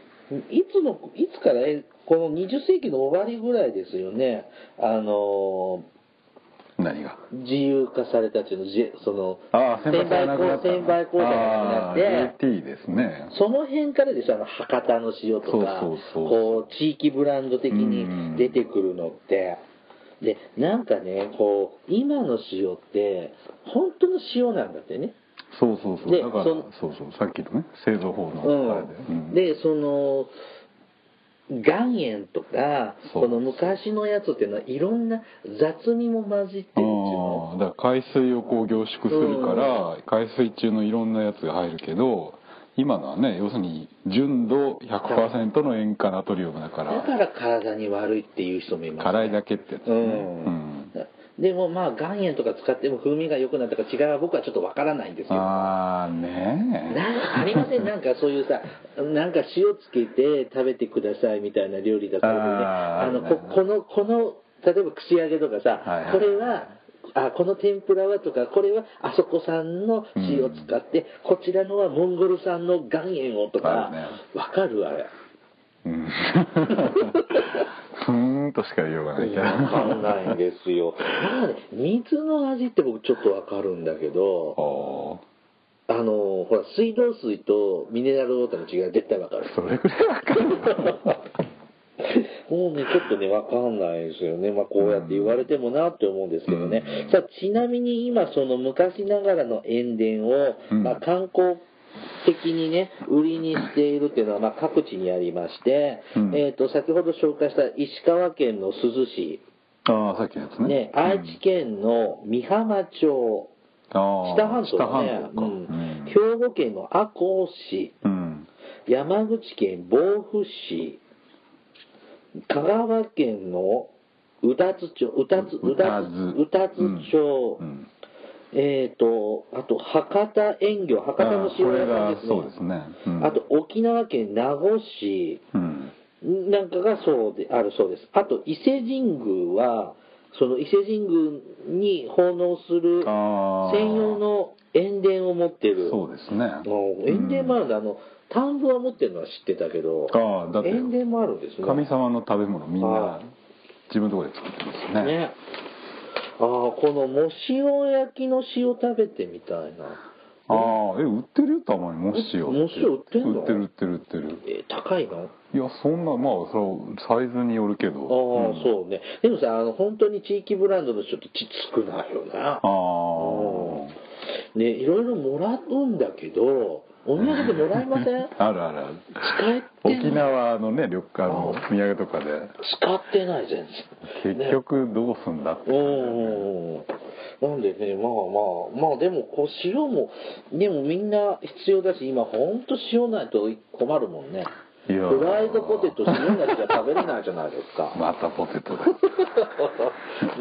[SPEAKER 1] いつの、いつから、えこの20世紀の終わりぐらいですよね。あの、
[SPEAKER 2] 何が
[SPEAKER 1] 自由化されたっていうの、じその、
[SPEAKER 2] ああ先輩されなくなった
[SPEAKER 1] 専売公社がなくなって、
[SPEAKER 2] t ですね
[SPEAKER 1] その辺からでしょ、あの博多の塩とか、
[SPEAKER 2] そうそうそう
[SPEAKER 1] こう、地域ブランド的に出てくるのって、で、なんかね、こう、今の塩って、本当の塩なんだってね。
[SPEAKER 2] そうそうそう
[SPEAKER 1] で
[SPEAKER 2] だから
[SPEAKER 1] そ
[SPEAKER 2] そ
[SPEAKER 1] の
[SPEAKER 2] うそうさっきのね製造法のあれで、
[SPEAKER 1] う
[SPEAKER 2] うん
[SPEAKER 1] ん。で、その、岩塩とか、
[SPEAKER 2] そう
[SPEAKER 1] この昔のやつっていうのは、いろんな雑味も混じってるっていうの。
[SPEAKER 2] ああだから海水をこう凝縮するから、海水中のいろんなやつが入るけど今のはね要するに純度100%の塩化ナトリウムだか
[SPEAKER 1] だ
[SPEAKER 2] ら
[SPEAKER 1] から体に悪いっていう人もいます、
[SPEAKER 2] 辛いだけってやつ
[SPEAKER 1] う
[SPEAKER 2] ね、
[SPEAKER 1] んでもまあ岩塩とか使っても風味が良くなったか違いは僕はちょっとわからないんですけど
[SPEAKER 2] ああねえ
[SPEAKER 1] なありません、なん かそういうさ、なんか塩つけて食べてくださいみたいな料理だとね、
[SPEAKER 2] あー
[SPEAKER 1] あの
[SPEAKER 2] あ
[SPEAKER 1] こ
[SPEAKER 2] るね
[SPEAKER 1] この、この、例えば串揚げとかさ、
[SPEAKER 2] はいはい
[SPEAKER 1] これは、あこの天ぷらはとか、これはあそこ産の塩を使って、こちらのはモンゴル産の岩塩をとか、わ
[SPEAKER 2] あ、るね
[SPEAKER 1] かるあれ。
[SPEAKER 2] うんふーんとしか言いようがないけど
[SPEAKER 1] わかん ないんですよ。なんかね、水の味って僕ちょっとわかるんだけど、
[SPEAKER 2] おー
[SPEAKER 1] あの、ほら、水道水とミネラルウォーターの違いは絶対わかる。
[SPEAKER 2] それぐらいわかるよ
[SPEAKER 1] もうね、ちょっとね、わかんないですよね。まあ、こうやって言われてもなって思うんですけどね。
[SPEAKER 2] うん
[SPEAKER 1] さあ、ちなみに今、その昔ながらの塩田を、
[SPEAKER 2] うん
[SPEAKER 1] まあ、観光的にね、売りにしているっていうのは、まあ、各地にありまして、
[SPEAKER 2] うん
[SPEAKER 1] えっ、と、先ほど紹介した石川県の珠洲市、
[SPEAKER 2] ああさっきのやつね
[SPEAKER 1] ね、
[SPEAKER 2] うん
[SPEAKER 1] 愛知県の美浜町、
[SPEAKER 2] あー
[SPEAKER 1] 北半島だね
[SPEAKER 2] 北半島か
[SPEAKER 1] うん、兵庫県の赤穂市、
[SPEAKER 2] うん
[SPEAKER 1] 山口県防府市、香川県の宇多津町、宇多津、
[SPEAKER 2] う
[SPEAKER 1] 宇多津、宇多津町、
[SPEAKER 2] うんうん
[SPEAKER 1] えっ、と、あと、博多園業、博多の
[SPEAKER 2] あー
[SPEAKER 1] 塩
[SPEAKER 2] これ
[SPEAKER 1] 屋さん
[SPEAKER 2] が
[SPEAKER 1] ですね。
[SPEAKER 2] そうですね、うん
[SPEAKER 1] あと、沖縄県名護市
[SPEAKER 2] うん
[SPEAKER 1] なんかがそうで、あるそうです。あと、伊勢神宮は、その伊勢神宮に奉納する
[SPEAKER 2] あー
[SPEAKER 1] 専用の塩田を持ってる。
[SPEAKER 2] そうですね
[SPEAKER 1] あ塩田もあるんだ、あの田んぼは持ってるのは知ってたけど
[SPEAKER 2] ああだって
[SPEAKER 1] 塩田もあるんですね
[SPEAKER 2] 神様の食べ物みん
[SPEAKER 1] は
[SPEAKER 2] ない自分のところで作ってますね
[SPEAKER 1] ねああこの藻塩焼きの塩食べてみたいな
[SPEAKER 2] ああえ売ってるよたまにもしよ
[SPEAKER 1] もしよ売ってんの
[SPEAKER 2] 売ってる売ってる売ってる
[SPEAKER 1] えー高いの
[SPEAKER 2] いやそんなまあそれはサイズによるけど
[SPEAKER 1] ああ、
[SPEAKER 2] うん
[SPEAKER 1] そうねでもさあの本当に地域ブランドの人ってち少ないよな
[SPEAKER 2] あ
[SPEAKER 1] ねいろいろもらうんだけどお土産でもらえませ ん
[SPEAKER 2] ああるあるある
[SPEAKER 1] 使ってない
[SPEAKER 2] 沖縄のね旅館のお土産とかで
[SPEAKER 1] 使ってない全然
[SPEAKER 2] 結
[SPEAKER 1] ね
[SPEAKER 2] 局どうすんだって、
[SPEAKER 1] うんなんでね、まあまあ、まあでも、こう、塩も、でもみんな必要だし、今ほんと塩ないと困るもんね。フ
[SPEAKER 2] いやー
[SPEAKER 1] ライドポテト塩なしじゃ食べれないじゃないですか。
[SPEAKER 2] またポテトだ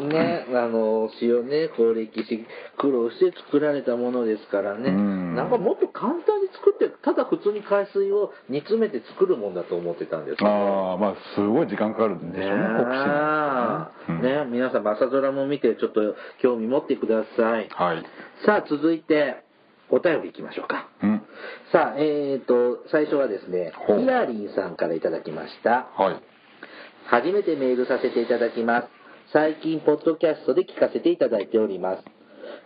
[SPEAKER 1] ね、あの、塩ね、こう歴史苦労して作られたものですからね。
[SPEAKER 2] うん
[SPEAKER 1] なんかもっと簡単に作って、ただ普通に海水を煮詰めて作るもんだと思ってたんですけど
[SPEAKER 2] ああまあすごい時間かかるんでしょうね国士
[SPEAKER 1] ね
[SPEAKER 2] の
[SPEAKER 1] え、ね皆さん、朝ドラも見て、ちょっと興味持ってください。
[SPEAKER 2] はい、
[SPEAKER 1] さあ、続いて、お便りいきましょうか。
[SPEAKER 2] うん、
[SPEAKER 1] さあ、えーと、最初はですね、
[SPEAKER 2] ほう
[SPEAKER 1] ヒラリンさんからいただきました。
[SPEAKER 2] はい
[SPEAKER 1] 初めてメールさせていただきます。最近、ポッドキャストで聞かせていただいております。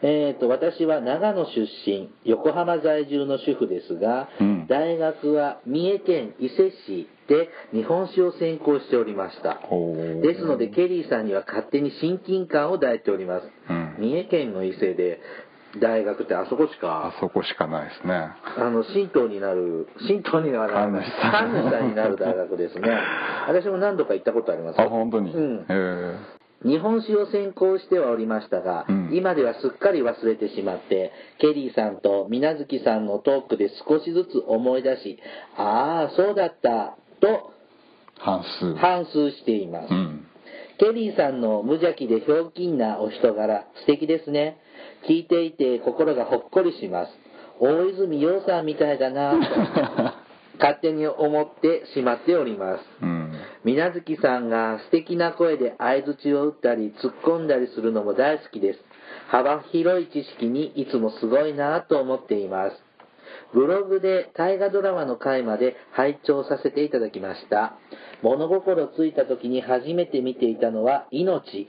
[SPEAKER 1] えーと、私は長野出身、横浜在住の主婦ですが、
[SPEAKER 2] うん
[SPEAKER 1] 大学は三重県伊勢市で日本史を専攻しておりました。
[SPEAKER 2] ほう
[SPEAKER 1] ですので、ケリーさんには勝手に親近感を抱いております。
[SPEAKER 2] うん
[SPEAKER 1] 三重県の伊勢で、大学ってあそこし
[SPEAKER 2] あ
[SPEAKER 1] か、
[SPEAKER 2] そこしかないですね
[SPEAKER 1] あの、神道になる、神道にはならない、
[SPEAKER 2] 神
[SPEAKER 1] 神主
[SPEAKER 2] 主さん
[SPEAKER 1] さんになる大学です ね。私も何度か行ったことあります
[SPEAKER 2] あ本当に、
[SPEAKER 1] うん
[SPEAKER 2] えー
[SPEAKER 1] 日本史を専攻してはおりましたが、
[SPEAKER 2] うん
[SPEAKER 1] 今ではすっかり忘れてしまって、ケリーさんと水無月さんのトークで少しずつ思い出し、ああ、そうだった、と
[SPEAKER 2] 半数
[SPEAKER 1] 反芻しています
[SPEAKER 2] う。ん
[SPEAKER 1] ケリーさんの無邪気でひょうきんなお人柄、素敵ですね。聞いていて心がほっこりします。大泉洋 さんみたいだなぁと、勝手に思ってしまっております。
[SPEAKER 2] うん
[SPEAKER 1] 水無月さんが素敵な声で相槌を打ったり突っ込んだりするのも大好きです。幅広い知識にいつもすごいなぁと思っています。ブログで大河ドラマの回まで拝聴させていただきました。物心ついた時に初めて見ていたのは命。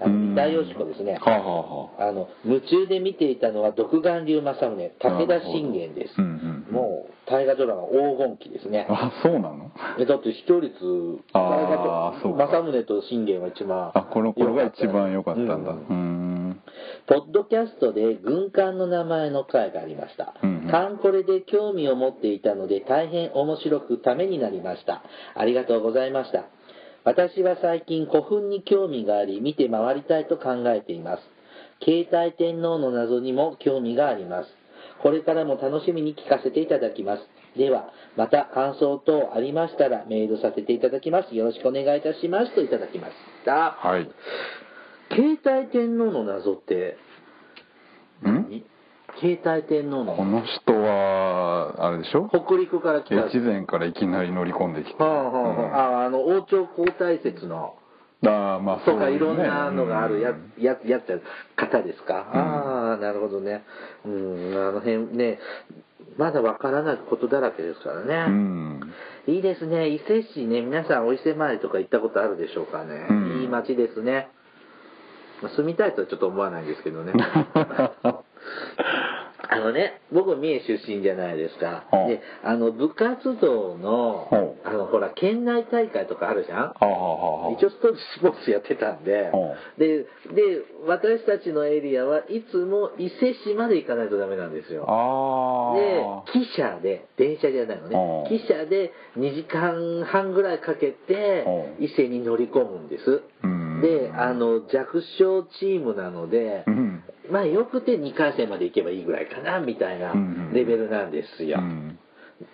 [SPEAKER 1] あの、三田よし子ですね。
[SPEAKER 2] はあ、はあはあ、
[SPEAKER 1] あの、夢中で見ていたのは独眼竜政宗、武田信玄です。
[SPEAKER 2] なるほどうんうんうん
[SPEAKER 1] もう、大河ドラマ黄金期ですね。
[SPEAKER 2] あそうなの
[SPEAKER 1] えだって視聴率、
[SPEAKER 2] あー
[SPEAKER 1] 大河
[SPEAKER 2] そう
[SPEAKER 1] と
[SPEAKER 2] か
[SPEAKER 1] 政宗と信玄は一番。
[SPEAKER 2] あこの頃が一番良かったんだ
[SPEAKER 1] う
[SPEAKER 2] う
[SPEAKER 1] うん
[SPEAKER 2] ーん
[SPEAKER 1] ポッドキャストで軍艦の名前の回がありました。
[SPEAKER 2] うんうん
[SPEAKER 1] カンコレで興味を持っていたので大変面白くためになりました。ありがとうございました。私は最近古墳に興味があり、見て回りたいと考えています。携帯天皇の謎にも興味があります。これからも楽しみに聞かせていただきます。では、また感想等ありましたらメールさせていただきます。よろしくお願いいたします。といただきました。
[SPEAKER 2] はい
[SPEAKER 1] 携帯天皇の謎って
[SPEAKER 2] ん
[SPEAKER 1] 携帯天皇
[SPEAKER 2] こ
[SPEAKER 1] の
[SPEAKER 2] の人はあれでしょ
[SPEAKER 1] 北陸から来た
[SPEAKER 2] 越前からいきなり乗り込んできて、
[SPEAKER 1] はあはあはあああの王朝交代説の
[SPEAKER 2] うんああまあそう
[SPEAKER 1] とかいろんなのがあるや
[SPEAKER 2] うん
[SPEAKER 1] ややった方ですか、
[SPEAKER 2] うん
[SPEAKER 1] ああなるほどねうんあの辺ねまだわからないことだらけですから
[SPEAKER 2] う
[SPEAKER 1] ね、
[SPEAKER 2] ん
[SPEAKER 1] いいですね伊勢市ね皆さんお伊勢参りとか行ったことあるでしょうかね、
[SPEAKER 2] うん
[SPEAKER 1] いい街ですねまあ住みたいとはちょっと思わないんですけ どねあのね、僕、三重出身じゃないですか。
[SPEAKER 2] はあ
[SPEAKER 1] で、あの、部活動の
[SPEAKER 2] は、
[SPEAKER 1] あの、ほら、県内大会とかあるじゃん
[SPEAKER 2] はあはあはあ
[SPEAKER 1] 一応スポーツ、スポーツやってたんで
[SPEAKER 2] は、
[SPEAKER 1] で、で、私たちのエリアはいつも伊勢市まで行かないとダメなんですよ。で
[SPEAKER 2] ああ、
[SPEAKER 1] 汽車で、電車じゃないのね
[SPEAKER 2] はあ、
[SPEAKER 1] 汽車で2時間半ぐらいかけて
[SPEAKER 2] はあ、
[SPEAKER 1] 伊勢に乗り込むんです。
[SPEAKER 2] うん
[SPEAKER 1] で、あの、弱小チームなので
[SPEAKER 2] う、ん
[SPEAKER 1] まあよくて2回戦まで行けばいいぐらいかなみたいな
[SPEAKER 2] うんうん
[SPEAKER 1] レベルなんですよ、
[SPEAKER 2] うん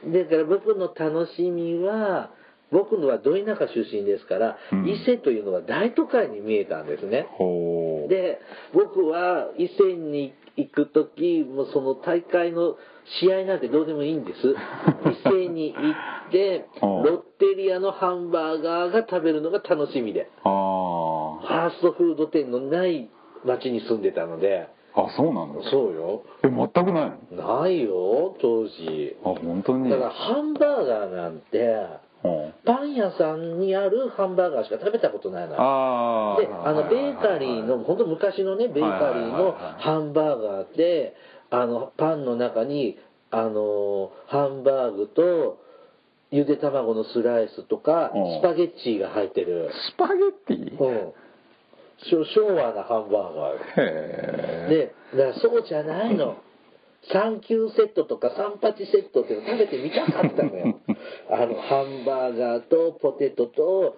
[SPEAKER 1] だから僕の楽しみは僕のはど田舎出身ですから、
[SPEAKER 2] うん
[SPEAKER 1] 伊勢というのは大都会に見えたんですね
[SPEAKER 2] ほう
[SPEAKER 1] で僕は伊勢に行く時もうその大会の試合なんてどうでもいいんです 伊勢に行って
[SPEAKER 2] うん
[SPEAKER 1] ロッテリアのハンバーガーが食べるのが楽しみでフ
[SPEAKER 2] あ
[SPEAKER 1] ァーストフード店のない町に住んでたので
[SPEAKER 2] ああそうなの
[SPEAKER 1] そうよ
[SPEAKER 2] え全くないの
[SPEAKER 1] ないよ当時
[SPEAKER 2] あ本当
[SPEAKER 1] だ
[SPEAKER 2] に
[SPEAKER 1] からハンバーガーなんて
[SPEAKER 2] うん
[SPEAKER 1] パン屋さんにあるハンバーガーしか食べたことないのよ
[SPEAKER 2] ああ
[SPEAKER 1] であのベーカリーの本当昔のねベーカリーのハンバーガーってあのパンの中にあのハンバーグとゆで卵のスライスとか
[SPEAKER 2] うん
[SPEAKER 1] スパゲッチーが入ってる
[SPEAKER 2] スパゲッティ
[SPEAKER 1] うんしょ昭和なハンバーガーよ
[SPEAKER 2] へえ
[SPEAKER 1] で、だからそうじゃないの。3級セットとか3八セットっていうの食べてみたかったのよ。あの、ハンバーガーとポテトと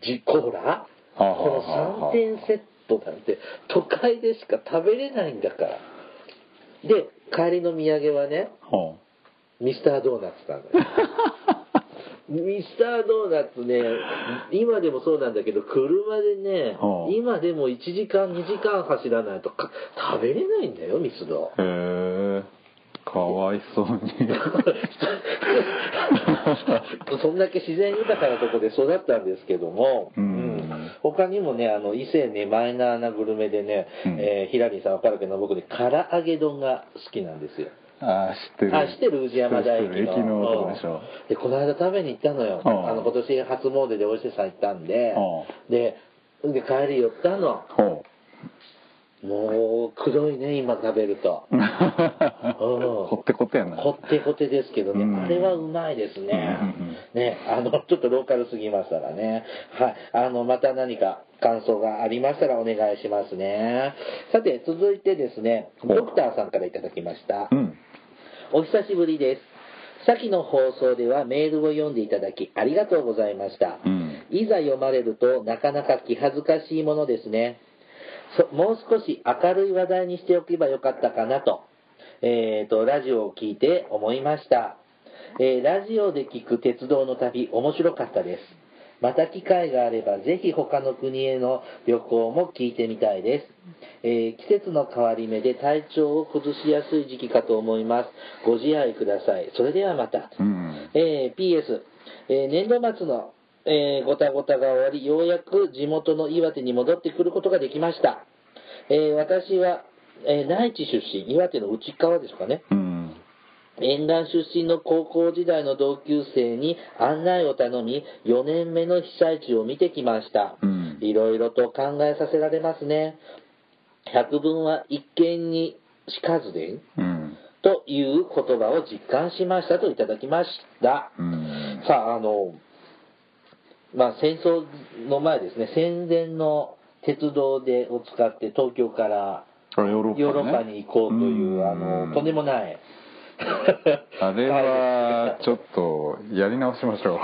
[SPEAKER 1] ジコーラ。
[SPEAKER 2] あはあ
[SPEAKER 1] こ
[SPEAKER 2] はあ
[SPEAKER 1] の3点セットなんて都会でしか食べれないんだから。で、帰りの土産はね、
[SPEAKER 2] ほ
[SPEAKER 1] ミスタードーナツなのよ。ミスタードーナツね、今でもそうなんだけど、車でね
[SPEAKER 2] はあ、
[SPEAKER 1] 今でも1時間、2時間走らないとか食べれないんだよ、ミス ド。
[SPEAKER 2] うへえかわいそうに
[SPEAKER 1] そんだけ自然豊かなとこで育ったんですけども、
[SPEAKER 2] うん
[SPEAKER 1] 他にもね、あの、伊勢ね、マイナーなグルメでね、
[SPEAKER 2] うん
[SPEAKER 1] えーヒラリーさんわかるけど、僕ね、唐揚げ丼が好きなんですよ。
[SPEAKER 2] ああ知ってる
[SPEAKER 1] あ、知ってる宇治山大駅
[SPEAKER 2] 知ってる
[SPEAKER 1] の。
[SPEAKER 2] 駅のとこでしょ
[SPEAKER 1] うんで、この間食べに行ったのよ。
[SPEAKER 2] うん
[SPEAKER 1] あの、今年初詣でお伊勢さん行ったんで、で、で、帰り寄ったの。
[SPEAKER 2] ほう
[SPEAKER 1] もう、黒いね、今食べると。
[SPEAKER 2] こってこってやな
[SPEAKER 1] こってこてですけどね、
[SPEAKER 2] うん
[SPEAKER 1] あれはうまいですね
[SPEAKER 2] うんうん。
[SPEAKER 1] ね、あの、ちょっとローカルすぎましたらね。はい。あの、また何か感想がありましたらお願いしますね。さて、続いてですね、
[SPEAKER 2] お
[SPEAKER 1] ドクターさんからいただきました
[SPEAKER 2] う。ん
[SPEAKER 1] お久しぶりです。先の放送ではメールを読んでいただきありがとうございました。
[SPEAKER 2] うん
[SPEAKER 1] いざ読まれるとなかなか気恥ずかしいものですね。そもう少し明るい話題にしておけばよかったかなと、えー、と、ラジオを聞いて思いました。えーラジオで聞く鉄道の旅、面白かったです。また機会があれば、ぜひ他の国への旅行も聞いてみたいです。えー季節の変わり目で体調を崩しやすい時期かと思います。ご自愛ください。それではまた。
[SPEAKER 2] うん
[SPEAKER 1] えー PS、えー年度末のえーごたごたが終わり、ようやく地元の岩手に戻ってくることができました。えー私は、えー内地出身、岩手の内側ですかね。
[SPEAKER 2] うん
[SPEAKER 1] 沿岸出身の高校時代の同級生に案内を頼み、4年目の被災地を見てきました。
[SPEAKER 2] うん
[SPEAKER 1] いろいろと考えさせられますね。百聞は一見にしかずでん
[SPEAKER 2] うん
[SPEAKER 1] という言葉を実感しましたといただきました。
[SPEAKER 2] うん
[SPEAKER 1] さあ、あの、まあ、戦争の前ですね、戦前の鉄道でを使って東京から
[SPEAKER 2] あヨーロッパ,、ね、
[SPEAKER 1] ヨーロッパに行こうという、あの、とんでも
[SPEAKER 2] い
[SPEAKER 1] ない。
[SPEAKER 2] あれはちょっとやり直しましょう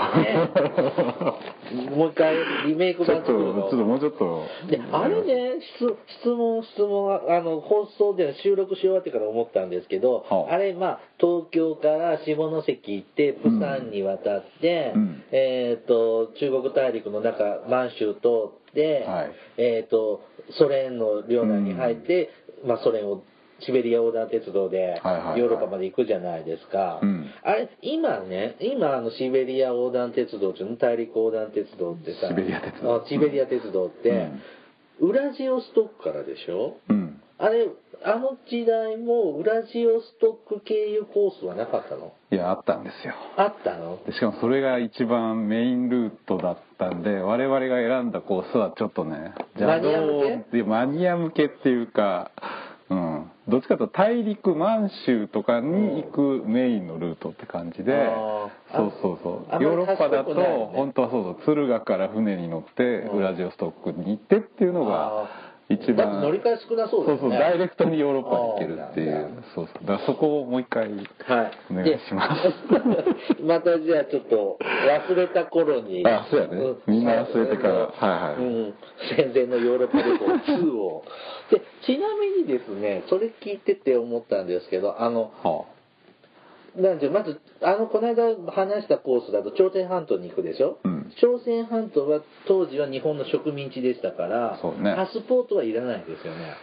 [SPEAKER 1] もう一回リメイク
[SPEAKER 2] ちょ
[SPEAKER 1] 版
[SPEAKER 2] っ
[SPEAKER 1] 作
[SPEAKER 2] とち
[SPEAKER 1] る
[SPEAKER 2] ょっと
[SPEAKER 1] の。
[SPEAKER 2] もうちょっと
[SPEAKER 1] で、あれね、質質問、質問、あの、放送で収録し終わってから思ったんですけど、
[SPEAKER 2] はあ
[SPEAKER 1] あれ、まあ、東京から下関行って、
[SPEAKER 2] うん
[SPEAKER 1] 釜山に渡って、
[SPEAKER 2] うん
[SPEAKER 1] えっ、と、中国大陸の中、満州通って、
[SPEAKER 2] はい
[SPEAKER 1] えっ、と、ソ連の領内に入って、まあ、ソ連を、シベリア横断鉄道で
[SPEAKER 2] はいはいはい
[SPEAKER 1] ヨーロッパまで行くじゃないですか。
[SPEAKER 2] うん
[SPEAKER 1] あれ、今ね、今、あの、シベリア横断鉄道っていうの、大陸横断鉄道ってさ、
[SPEAKER 2] シベリア鉄道
[SPEAKER 1] あシベリア鉄道って、ウラジオストックからでしょ
[SPEAKER 2] うん
[SPEAKER 1] あれ、あの時代もウラジオストック経由コースはなかったの
[SPEAKER 2] いやあったんですよ
[SPEAKER 1] あったの
[SPEAKER 2] でしかもそれが一番メインルートだったんで我々が選んだコースはちょっとね
[SPEAKER 1] マニア向け
[SPEAKER 2] 邪道でマニア向けっていうか、うん、どっちかというと大陸満州とかに行くメインのルートって感じで、
[SPEAKER 1] あー
[SPEAKER 2] そうそうそ
[SPEAKER 1] あ
[SPEAKER 2] うヨーロッパだ
[SPEAKER 1] あんまり賢
[SPEAKER 2] と、
[SPEAKER 1] くないよね
[SPEAKER 2] 本当はそうそう敦賀から船に乗って
[SPEAKER 1] うん
[SPEAKER 2] ウラジオストックに行ってっていうのが一
[SPEAKER 1] だって
[SPEAKER 2] 番
[SPEAKER 1] 乗り換え少なそう
[SPEAKER 2] そ
[SPEAKER 1] で
[SPEAKER 2] う
[SPEAKER 1] す
[SPEAKER 2] そう
[SPEAKER 1] ね。
[SPEAKER 2] ダイレクトにヨーロッパに行けるってい
[SPEAKER 1] あーなん
[SPEAKER 2] う
[SPEAKER 1] だ
[SPEAKER 2] そうそうだからそこをもう一回
[SPEAKER 1] はい。
[SPEAKER 2] お願いします
[SPEAKER 1] でまたじゃあちょっと忘れた頃に。
[SPEAKER 2] あそうやねみんな忘れてからはいはい
[SPEAKER 1] うん。戦前のヨーロッパ旅行2を。で、ちなみにですね、それ聞いてて思ったんですけど、あの、
[SPEAKER 2] は
[SPEAKER 1] なんで、まず、あの、この間話したコースだと朝鮮半島に行くでしょ、
[SPEAKER 2] うん
[SPEAKER 1] 朝鮮半島は当時は日本の植民地でしたから、
[SPEAKER 2] そうね
[SPEAKER 1] パスポートはいらないですよね。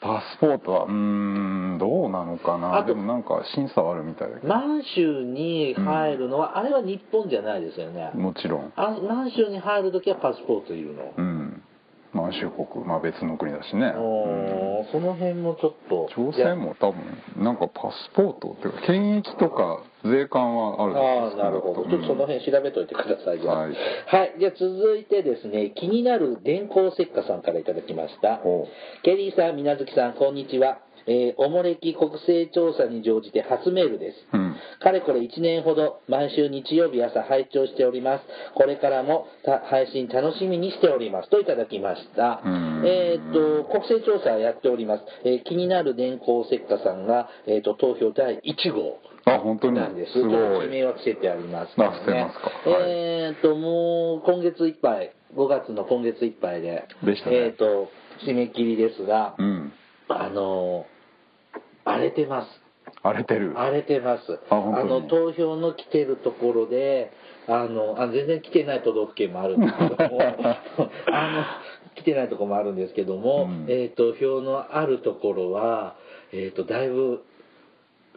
[SPEAKER 2] パスポートはうーんどうなのか
[SPEAKER 1] あ
[SPEAKER 2] な
[SPEAKER 1] と
[SPEAKER 2] でもなんか審査はあるみたいだけ
[SPEAKER 1] 満州に入るのは、あれは日本じゃないですよね。
[SPEAKER 2] どもちろん
[SPEAKER 1] あ満州に入るときはパスポートいるの。
[SPEAKER 2] うん満州国まあ別の国だしね
[SPEAKER 1] おーその辺もちょっと。
[SPEAKER 2] 朝鮮も多分なんかパスポートっていうか検疫とか税関はあるん
[SPEAKER 1] ああ、
[SPEAKER 2] です
[SPEAKER 1] なるほど。ちょっとその辺調べといてくださいよ。
[SPEAKER 2] は
[SPEAKER 1] は
[SPEAKER 2] い
[SPEAKER 1] い。じゃあ続いてですね、気になる電光石火さんからいただきました
[SPEAKER 2] おう。
[SPEAKER 1] ケリーさん、みなずきさん、こんにちは。えーおもれき国勢調査に乗じて初メールです。
[SPEAKER 2] うん
[SPEAKER 1] かれこれ1年ほど毎週日曜日朝拝聴しております。これからもた配信楽しみにしております。といただきました
[SPEAKER 2] う。ん
[SPEAKER 1] えーっと、国勢調査やっております。えー気になる電光石火さんが、えーっと、投票第1号。
[SPEAKER 2] あ本当に
[SPEAKER 1] なんです。
[SPEAKER 2] すご
[SPEAKER 1] 名
[SPEAKER 2] い
[SPEAKER 1] は伏せてあります
[SPEAKER 2] あ伏せますかはい
[SPEAKER 1] えっ、と、もう今月いっぱい、5月の今月いっぱいで、
[SPEAKER 2] でしたね
[SPEAKER 1] えっ、と、締め切りですが、
[SPEAKER 2] うん
[SPEAKER 1] あのー、荒れてます。
[SPEAKER 2] 荒れてる
[SPEAKER 1] 荒れてます。
[SPEAKER 2] あ本当に
[SPEAKER 1] の、投票の来てるところで、あの、あ全然来てない都道府県もあるんですけ ども、あの、来てないところもあるんですけども、
[SPEAKER 2] うん
[SPEAKER 1] えっ、と、票のあるところは、えっ、と、だいぶ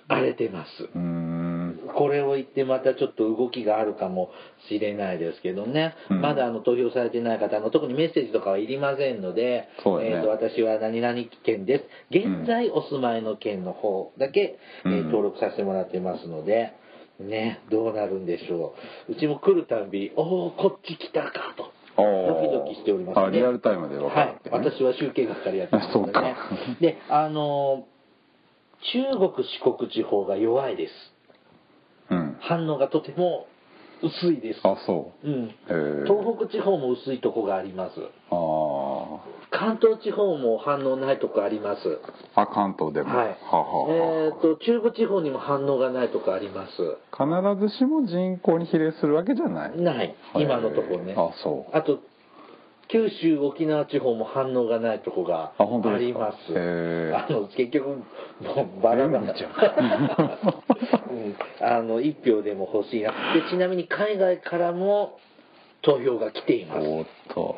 [SPEAKER 1] 荒れてます。
[SPEAKER 2] うーん
[SPEAKER 1] これを言ってまたちょっと動きがあるかもしれないですけどね、
[SPEAKER 2] うん
[SPEAKER 1] まだあの投票されてない方の特にメッセージとかはいりませんので、
[SPEAKER 2] そうだ
[SPEAKER 1] え
[SPEAKER 2] ね
[SPEAKER 1] ーと私は何々県です現在お住まいの県の方だけ、
[SPEAKER 2] うん
[SPEAKER 1] えー登録させてもらってますので、ね、どうなるんでしょううちも来るたんびおおこっち来たかと
[SPEAKER 2] あ
[SPEAKER 1] ドキドキしておりますね
[SPEAKER 2] あリアルタイムで分かるってね
[SPEAKER 1] はい、私は集計係やってますのでね
[SPEAKER 2] あ そうか
[SPEAKER 1] であの中国四国地方が弱いです
[SPEAKER 2] うん
[SPEAKER 1] 反応がとても薄いです。。
[SPEAKER 2] あそううんへえ
[SPEAKER 1] 東北地方も薄いとこがあります。
[SPEAKER 2] あ
[SPEAKER 1] 関東地方も反応ないとこあります。
[SPEAKER 2] ああ関東でも
[SPEAKER 1] はい。
[SPEAKER 2] ははは
[SPEAKER 1] えっ、と、中部地方にも反応がないとこあります。
[SPEAKER 2] 必ずしも人口に比例するわけじゃない
[SPEAKER 1] ない。
[SPEAKER 2] へえ
[SPEAKER 1] 今のとこね。
[SPEAKER 2] あそう
[SPEAKER 1] あと、九州、沖縄地方も反応がないとこが
[SPEAKER 2] あ本当
[SPEAKER 1] あり
[SPEAKER 2] ですか
[SPEAKER 1] ます。
[SPEAKER 2] へえ
[SPEAKER 1] あの、結局、もうバラバラ。
[SPEAKER 2] 全
[SPEAKER 1] う
[SPEAKER 2] 部
[SPEAKER 1] ん、あの、一票でも欲しいな。で、ちなみに海外からも投票が来ています。
[SPEAKER 2] おーっと
[SPEAKER 1] は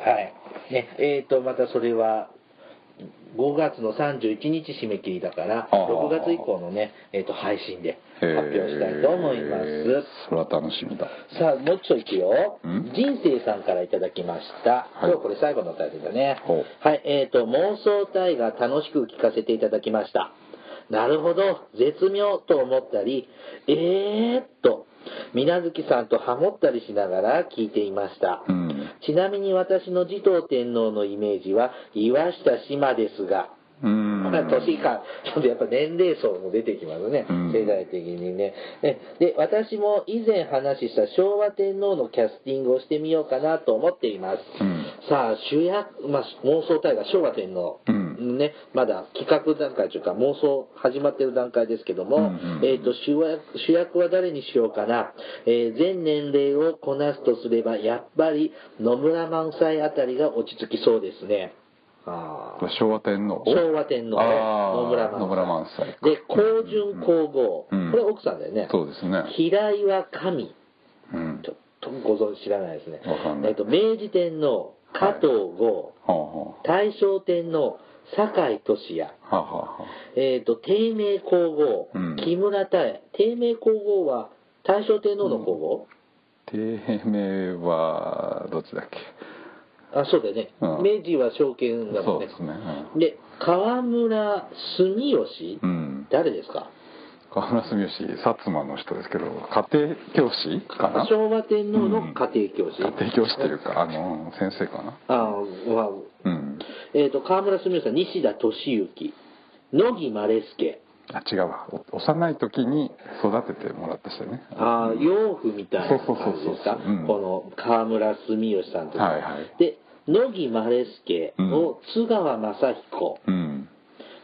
[SPEAKER 1] い。ね、えっ、と、またそれは、 5月の31日締め切りだから、
[SPEAKER 2] あー
[SPEAKER 1] 6月以降のね、えっ、と、配信で
[SPEAKER 2] へ
[SPEAKER 1] 発
[SPEAKER 2] ー
[SPEAKER 1] 表したいと思います。
[SPEAKER 2] それは楽しみだ
[SPEAKER 1] さあ、もうちょい行くよ
[SPEAKER 2] うん。
[SPEAKER 1] 人生さんからいただきました。
[SPEAKER 2] はい
[SPEAKER 1] 今日これ最後のお便りだね
[SPEAKER 2] ほう。
[SPEAKER 1] はい、えっ、と、妄想体が楽しく聞かせていただきました。なるほど、絶妙と思ったり、えーっと、水無月さんとハモったりしながら聞いていました。
[SPEAKER 2] うん
[SPEAKER 1] ちなみに私の持統天皇のイメージは岩下志麻ですが、
[SPEAKER 2] うん
[SPEAKER 1] まあ、年が、ちょっとやっぱ年齢層も出てきますね、
[SPEAKER 2] うん
[SPEAKER 1] 世代的にね。ねで、私も以前話した昭和天皇のキャスティングをしてみようかなと思っています。
[SPEAKER 2] うん
[SPEAKER 1] さあ、主役、まあ、妄想大河昭和天皇、
[SPEAKER 2] うん
[SPEAKER 1] ね、まだ企画段階というか妄想始まってる段階ですけども、
[SPEAKER 2] うんうん
[SPEAKER 1] えっ、と主役、主役は誰にしようかな、えー全年齢をこなすとすれば、やっぱり野村萬斎あたりが落ち着きそうですね。あー
[SPEAKER 2] 昭和天皇
[SPEAKER 1] 昭和天皇ね
[SPEAKER 2] あー
[SPEAKER 1] 野村萬斎
[SPEAKER 2] 野村萬斎か
[SPEAKER 1] で、皇順皇后、
[SPEAKER 2] うん
[SPEAKER 1] これ奥さんだよね。
[SPEAKER 2] そうですね
[SPEAKER 1] 平岩神、
[SPEAKER 2] うん
[SPEAKER 1] ちょっとご存知知らないですね。
[SPEAKER 2] わかんない
[SPEAKER 1] えっと、明治天皇、加藤剛、
[SPEAKER 2] は
[SPEAKER 1] 大正天皇、酒井俊也、
[SPEAKER 2] あはあはあはあ
[SPEAKER 1] えっと、低迷皇后、
[SPEAKER 2] うん
[SPEAKER 1] 木村多江。低迷皇后は大正天皇の皇
[SPEAKER 2] 低迷はどっちだっけ
[SPEAKER 1] 后、あ、そうだよね。
[SPEAKER 2] うん
[SPEAKER 1] 明治は証券だも
[SPEAKER 2] そ
[SPEAKER 1] ん
[SPEAKER 2] う
[SPEAKER 1] ね。
[SPEAKER 2] ですね
[SPEAKER 1] で、河村住吉、
[SPEAKER 2] うん、うん、
[SPEAKER 1] 誰ですか
[SPEAKER 2] 河村住吉薩摩の人ですけど家庭教師かな
[SPEAKER 1] 昭和天皇の家庭教師。
[SPEAKER 2] 家庭教師というかあの先生かな
[SPEAKER 1] あーまあ、
[SPEAKER 2] うん
[SPEAKER 1] えっ、と、河村住吉さん、西田敏行、野木まれすけ、
[SPEAKER 2] あ違うわお幼い時に育ててもらった人ね
[SPEAKER 1] あー養父みたいな感じですか
[SPEAKER 2] そうそうそうそううん、
[SPEAKER 1] この河村住吉さんとか。
[SPEAKER 2] はいはい
[SPEAKER 1] で、野木まれすけを津川雅彦、
[SPEAKER 2] うん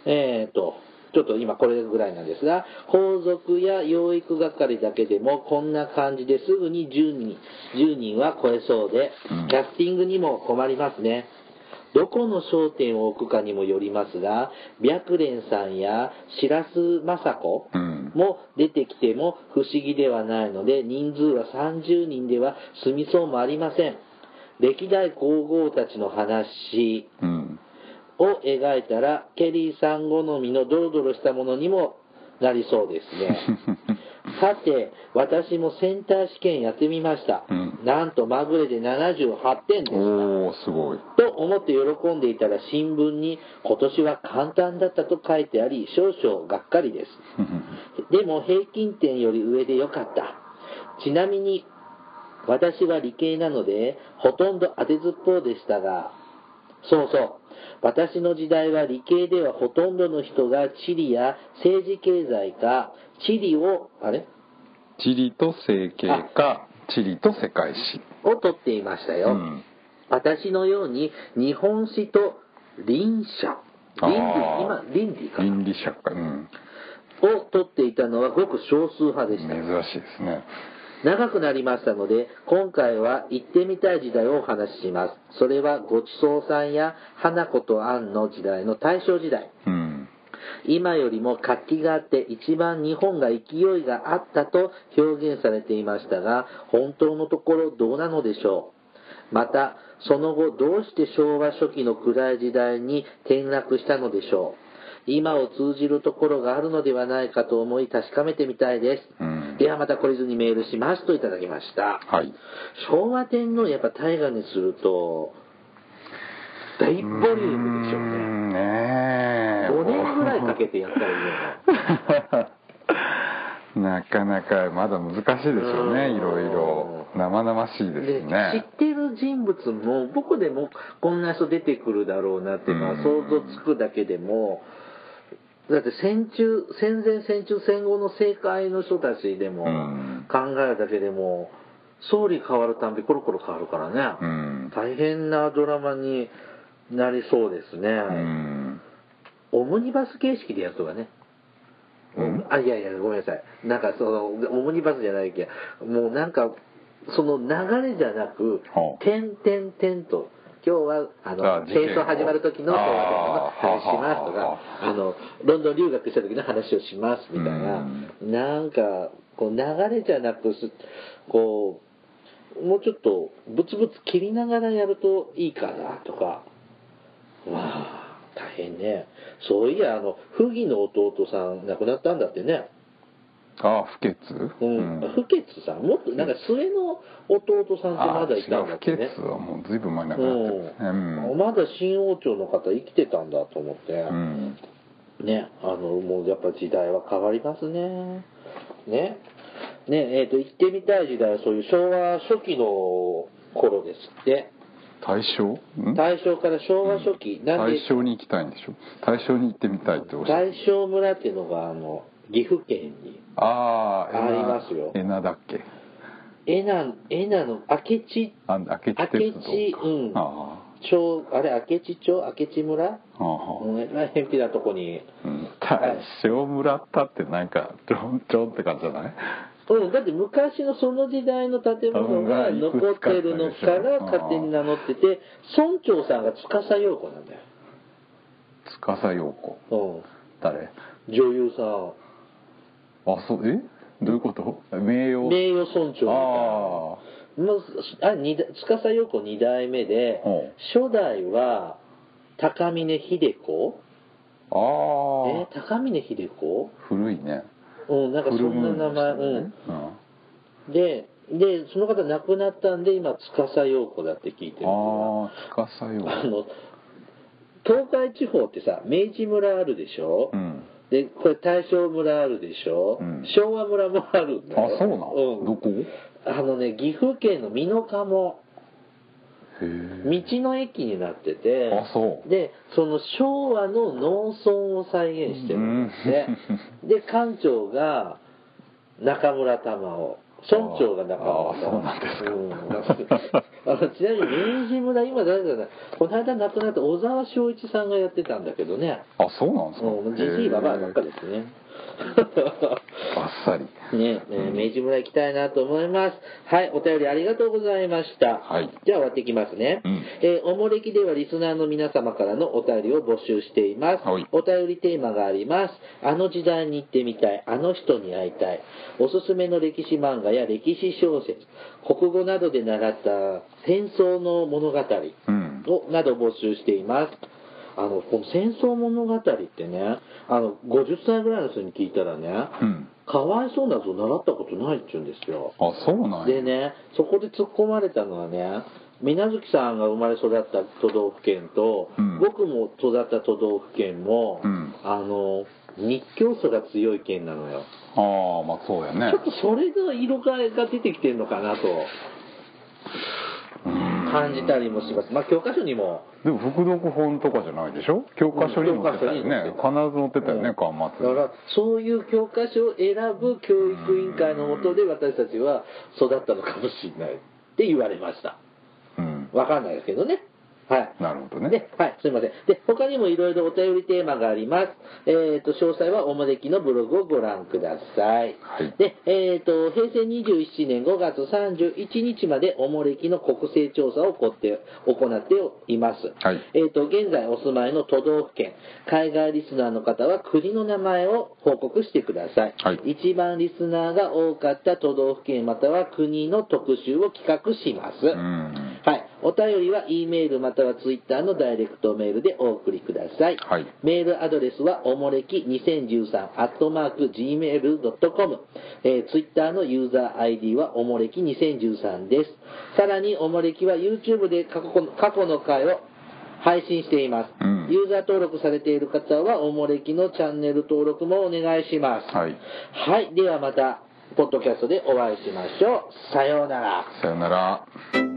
[SPEAKER 1] えっ、と、ちょっと今これぐらいなんですが、皇族や養育係だけでもこんな感じですぐに10人、10人は超えそうで
[SPEAKER 2] うん、
[SPEAKER 1] キャスティングにも困りますね。どこの焦点を置くかにもよりますが、白蓮さんや白洲雅子
[SPEAKER 2] うん
[SPEAKER 1] も出てきても不思議ではないので、人数は30人では済みそうもありません。歴代皇后たちの話、
[SPEAKER 2] うん
[SPEAKER 1] を描いたら、ケリーさん好みのドロドロしたものにもなりそうです ね。さて、私もセンター試験やってみました。
[SPEAKER 2] うん
[SPEAKER 1] なんとまぐれで78点でした。
[SPEAKER 2] おおすごい
[SPEAKER 1] と思って喜んでいたら新聞に今年は簡単だったと書いてあり少々がっかりです。でも平均点より上で良かった。ちなみに、私は理系なので、ほとんど当てずっぽうでしたが、そうそう。私の時代は理系ではほとんどの人が地理や政治経済か、地理を、あれ
[SPEAKER 2] 地理と整形か地理と世界史
[SPEAKER 1] を取っていました
[SPEAKER 2] う
[SPEAKER 1] よ。
[SPEAKER 2] ん
[SPEAKER 1] 私のように、日本史と臨社。倫理、
[SPEAKER 2] あ
[SPEAKER 1] 今
[SPEAKER 2] ー、
[SPEAKER 1] 倫理かな
[SPEAKER 2] 倫理社会うん
[SPEAKER 1] を取っていたのはごく少数派でし
[SPEAKER 2] 珍しい
[SPEAKER 1] た。
[SPEAKER 2] ですね
[SPEAKER 1] 長くなりましたので、今回は行ってみたい時代をお話しします。それはごちそうさんや花子とアンの時代の大正時代。
[SPEAKER 2] うん
[SPEAKER 1] 今よりも活気があって一番日本が勢いがあったと表現されていましたが、本当のところどうなのでしょう。また、その後どうして昭和初期の暗い時代に転落したのでしょう。今を通じるところがあるのではないかと思い確かめてみたいです。
[SPEAKER 2] うん
[SPEAKER 1] ではまた懲りずにメールしますといただきました。
[SPEAKER 2] はい
[SPEAKER 1] 昭和天皇やっぱ大河にすると、大ボリュームでしょう
[SPEAKER 2] うー
[SPEAKER 1] ね。
[SPEAKER 2] んねえ
[SPEAKER 1] 5年ぐらいかけてやったらいいよな。
[SPEAKER 2] なかなかまだ難しいでしょうね
[SPEAKER 1] うん
[SPEAKER 2] いろいろ生々しいです
[SPEAKER 1] で
[SPEAKER 2] ね
[SPEAKER 1] 知ってる人物も僕でもこんな人出てくるだろうなっていうのは
[SPEAKER 2] うん
[SPEAKER 1] 想像つくだけでもだって戦中戦前戦中戦後の政界の人たちでも
[SPEAKER 2] うん
[SPEAKER 1] 考えるだけでも総理変わるたんびコロコロ変わるからね、
[SPEAKER 2] うん
[SPEAKER 1] 大変なドラマになりそうですね、
[SPEAKER 2] うん
[SPEAKER 1] オムニバス形式でやるとかね、
[SPEAKER 2] うん
[SPEAKER 1] あいやいやごめんなさいなんかそのオムニバスじゃないけどもうなんかその流れじゃなく
[SPEAKER 2] はあ
[SPEAKER 1] 点点点と今日はあの
[SPEAKER 2] あ事件を
[SPEAKER 1] 戦争始まる時の昭和天皇の話しますとか
[SPEAKER 2] あー
[SPEAKER 1] あのロンドン留学した時の話をしますみたいな、なんかこう流れじゃなくすこうもうちょっとブツブツ切りながらやるといいかなとかまあ大変ね。そういや、あの、不義の弟さん亡くなったんだってね。
[SPEAKER 2] あ不潔
[SPEAKER 1] うん。不潔さん、もっと、なんか末の弟さんってまだいたんだ
[SPEAKER 2] あ
[SPEAKER 1] っ
[SPEAKER 2] 違
[SPEAKER 1] て
[SPEAKER 2] う不
[SPEAKER 1] ね。
[SPEAKER 2] 潔はもう随分前になくなってるんですね
[SPEAKER 1] うん。まだ新王朝の方生きてたんだと思って。
[SPEAKER 2] うん、うん
[SPEAKER 1] ね、あの、もうやっぱ時代は変わりますね。ね。ね、えっ、と、行ってみたい時代はそういう昭和初期の頃ですって。
[SPEAKER 2] 大正ん
[SPEAKER 1] 大正から昭和初期、なんで
[SPEAKER 2] 大正に行きたいんでしょ大正に行ってみたいっておっしゃって
[SPEAKER 1] 大正村っていうのが、あの、岐阜県に、
[SPEAKER 2] ああ
[SPEAKER 1] ありますよ
[SPEAKER 2] えなだっけ
[SPEAKER 1] えな、えなの、明智
[SPEAKER 2] あ明智鉄道か
[SPEAKER 1] 明智うん
[SPEAKER 2] あ
[SPEAKER 1] 町、あれ、明智町明智村
[SPEAKER 2] あああ
[SPEAKER 1] もうえらい偏僻なとこに。
[SPEAKER 2] うん大正村ったってなんかちょんちょんって感じじゃない
[SPEAKER 1] うん、だって昔のその時代の建物が残ってるのから勝手に名乗ってて、村長さんが司陽子なんだよ。
[SPEAKER 2] 司陽子
[SPEAKER 1] うん。
[SPEAKER 2] 誰あ
[SPEAKER 1] 女優さん、
[SPEAKER 2] そうえどういうこと名誉
[SPEAKER 1] 名誉村長みたいな。
[SPEAKER 2] あ
[SPEAKER 1] もうあ二代司陽子二代目で
[SPEAKER 2] うん、
[SPEAKER 1] 初代は高峰秀子
[SPEAKER 2] ああ
[SPEAKER 1] え高峰秀子
[SPEAKER 2] あ古いね
[SPEAKER 1] うん、なんかそ
[SPEAKER 2] 古
[SPEAKER 1] んな名前、
[SPEAKER 2] うん
[SPEAKER 1] うん。で、で、その方亡くなったんで、今、司陽子だって聞いてるから。
[SPEAKER 2] ああ司陽
[SPEAKER 1] あ
[SPEAKER 2] 子
[SPEAKER 1] の、東海地方ってさ、明治村あるでしょ、
[SPEAKER 2] うん
[SPEAKER 1] で、これ大正村あるでしょ、
[SPEAKER 2] うん
[SPEAKER 1] 昭和村もあるんだ
[SPEAKER 2] あ
[SPEAKER 1] よ。
[SPEAKER 2] そうなの、
[SPEAKER 1] うん。
[SPEAKER 2] どこへ
[SPEAKER 1] あのね、岐阜県の美濃加茂、道
[SPEAKER 2] え
[SPEAKER 1] の駅になってて、
[SPEAKER 2] あそう
[SPEAKER 1] で、その昭和の農村を再現してるんだって、で、館長が中村玉緒、村長が中
[SPEAKER 2] ああ
[SPEAKER 1] 村
[SPEAKER 2] そうなんですか
[SPEAKER 1] か。あのちなみに明治村、今誰だろうな、この間亡くなった小沢昭一さんがやってたんだけどね、
[SPEAKER 2] あそうなんですか
[SPEAKER 1] うん、じじいばばあばっかり
[SPEAKER 2] へ
[SPEAKER 1] ですね。
[SPEAKER 2] えあっさり
[SPEAKER 1] ね、えー明治村行きたいなと思います。はい、お便りありがとうございました。
[SPEAKER 2] はい
[SPEAKER 1] じゃあ終わっていきますね。
[SPEAKER 2] うん
[SPEAKER 1] えーおもれきではリスナーの皆様からのお便りを募集しています。
[SPEAKER 2] はい
[SPEAKER 1] お便りテーマがあります。あの時代に行ってみたい。あの人に会いたい。おすすめの歴史漫画や歴史小説。国語などで習った戦争の物語
[SPEAKER 2] うん
[SPEAKER 1] を、など募集しています。あの、この戦争物語ってね、あの、50歳ぐらいの人に聞いたらね、
[SPEAKER 2] うん
[SPEAKER 1] かわいそうなやつを習ったことないっちゅうんですよ。
[SPEAKER 2] あそうなんや
[SPEAKER 1] でね、そこで突っ込まれたのはね、水無月さんが生まれ育った都道府県と、
[SPEAKER 2] うん
[SPEAKER 1] 僕も育った都道府県も、
[SPEAKER 2] うん
[SPEAKER 1] あの、日教祖が強い県なのよ。
[SPEAKER 2] ああまあそうやね
[SPEAKER 1] ちょっとそれの色替えが出てきてるのかなと感じたりもします。まあ、教科書にも。
[SPEAKER 2] でも副読本とかじゃないでしょ教科書に載ってたよね
[SPEAKER 1] うん
[SPEAKER 2] 必ず載ってたよね巻末
[SPEAKER 1] だから、そういう教科書を選ぶ教育委員会の下で私たちは育ったのかもしれないって言われました。
[SPEAKER 2] うん
[SPEAKER 1] わかんないですけどね。はい。
[SPEAKER 2] なるほどね
[SPEAKER 1] で、はい、すいません。で、他にもいろいろお便りテーマがあります。えっ、と、詳細はおもできのブログをご覧ください。
[SPEAKER 2] はい
[SPEAKER 1] で、えっ、と、平成27年5月31日までおもれきの国勢調査を行って、行っています。
[SPEAKER 2] はい
[SPEAKER 1] えっ、と、現在お住まいの都道府県、海外リスナーの方は国の名前を報告してください。
[SPEAKER 2] はい
[SPEAKER 1] 一番リスナーが多かった都道府県または国の特集を企画します。
[SPEAKER 2] うん
[SPEAKER 1] はい。お便りは E メールまたは Twitter のダイレクトメールでお送りください。
[SPEAKER 2] はい
[SPEAKER 1] メールアドレスはおもれき2013アットマーク Gmail.com、えー、Twitter のユーザー ID はおもれき2013です。さらにおもれきは YouTube で過去の過去の回を配信しています、
[SPEAKER 2] うん
[SPEAKER 1] ユーザー登録されている方はおもれきのチャンネル登録もお願いします。
[SPEAKER 2] はい
[SPEAKER 1] はい。ではまた、ポッドキャストでお会いしましょう。さようなら。
[SPEAKER 2] さよなら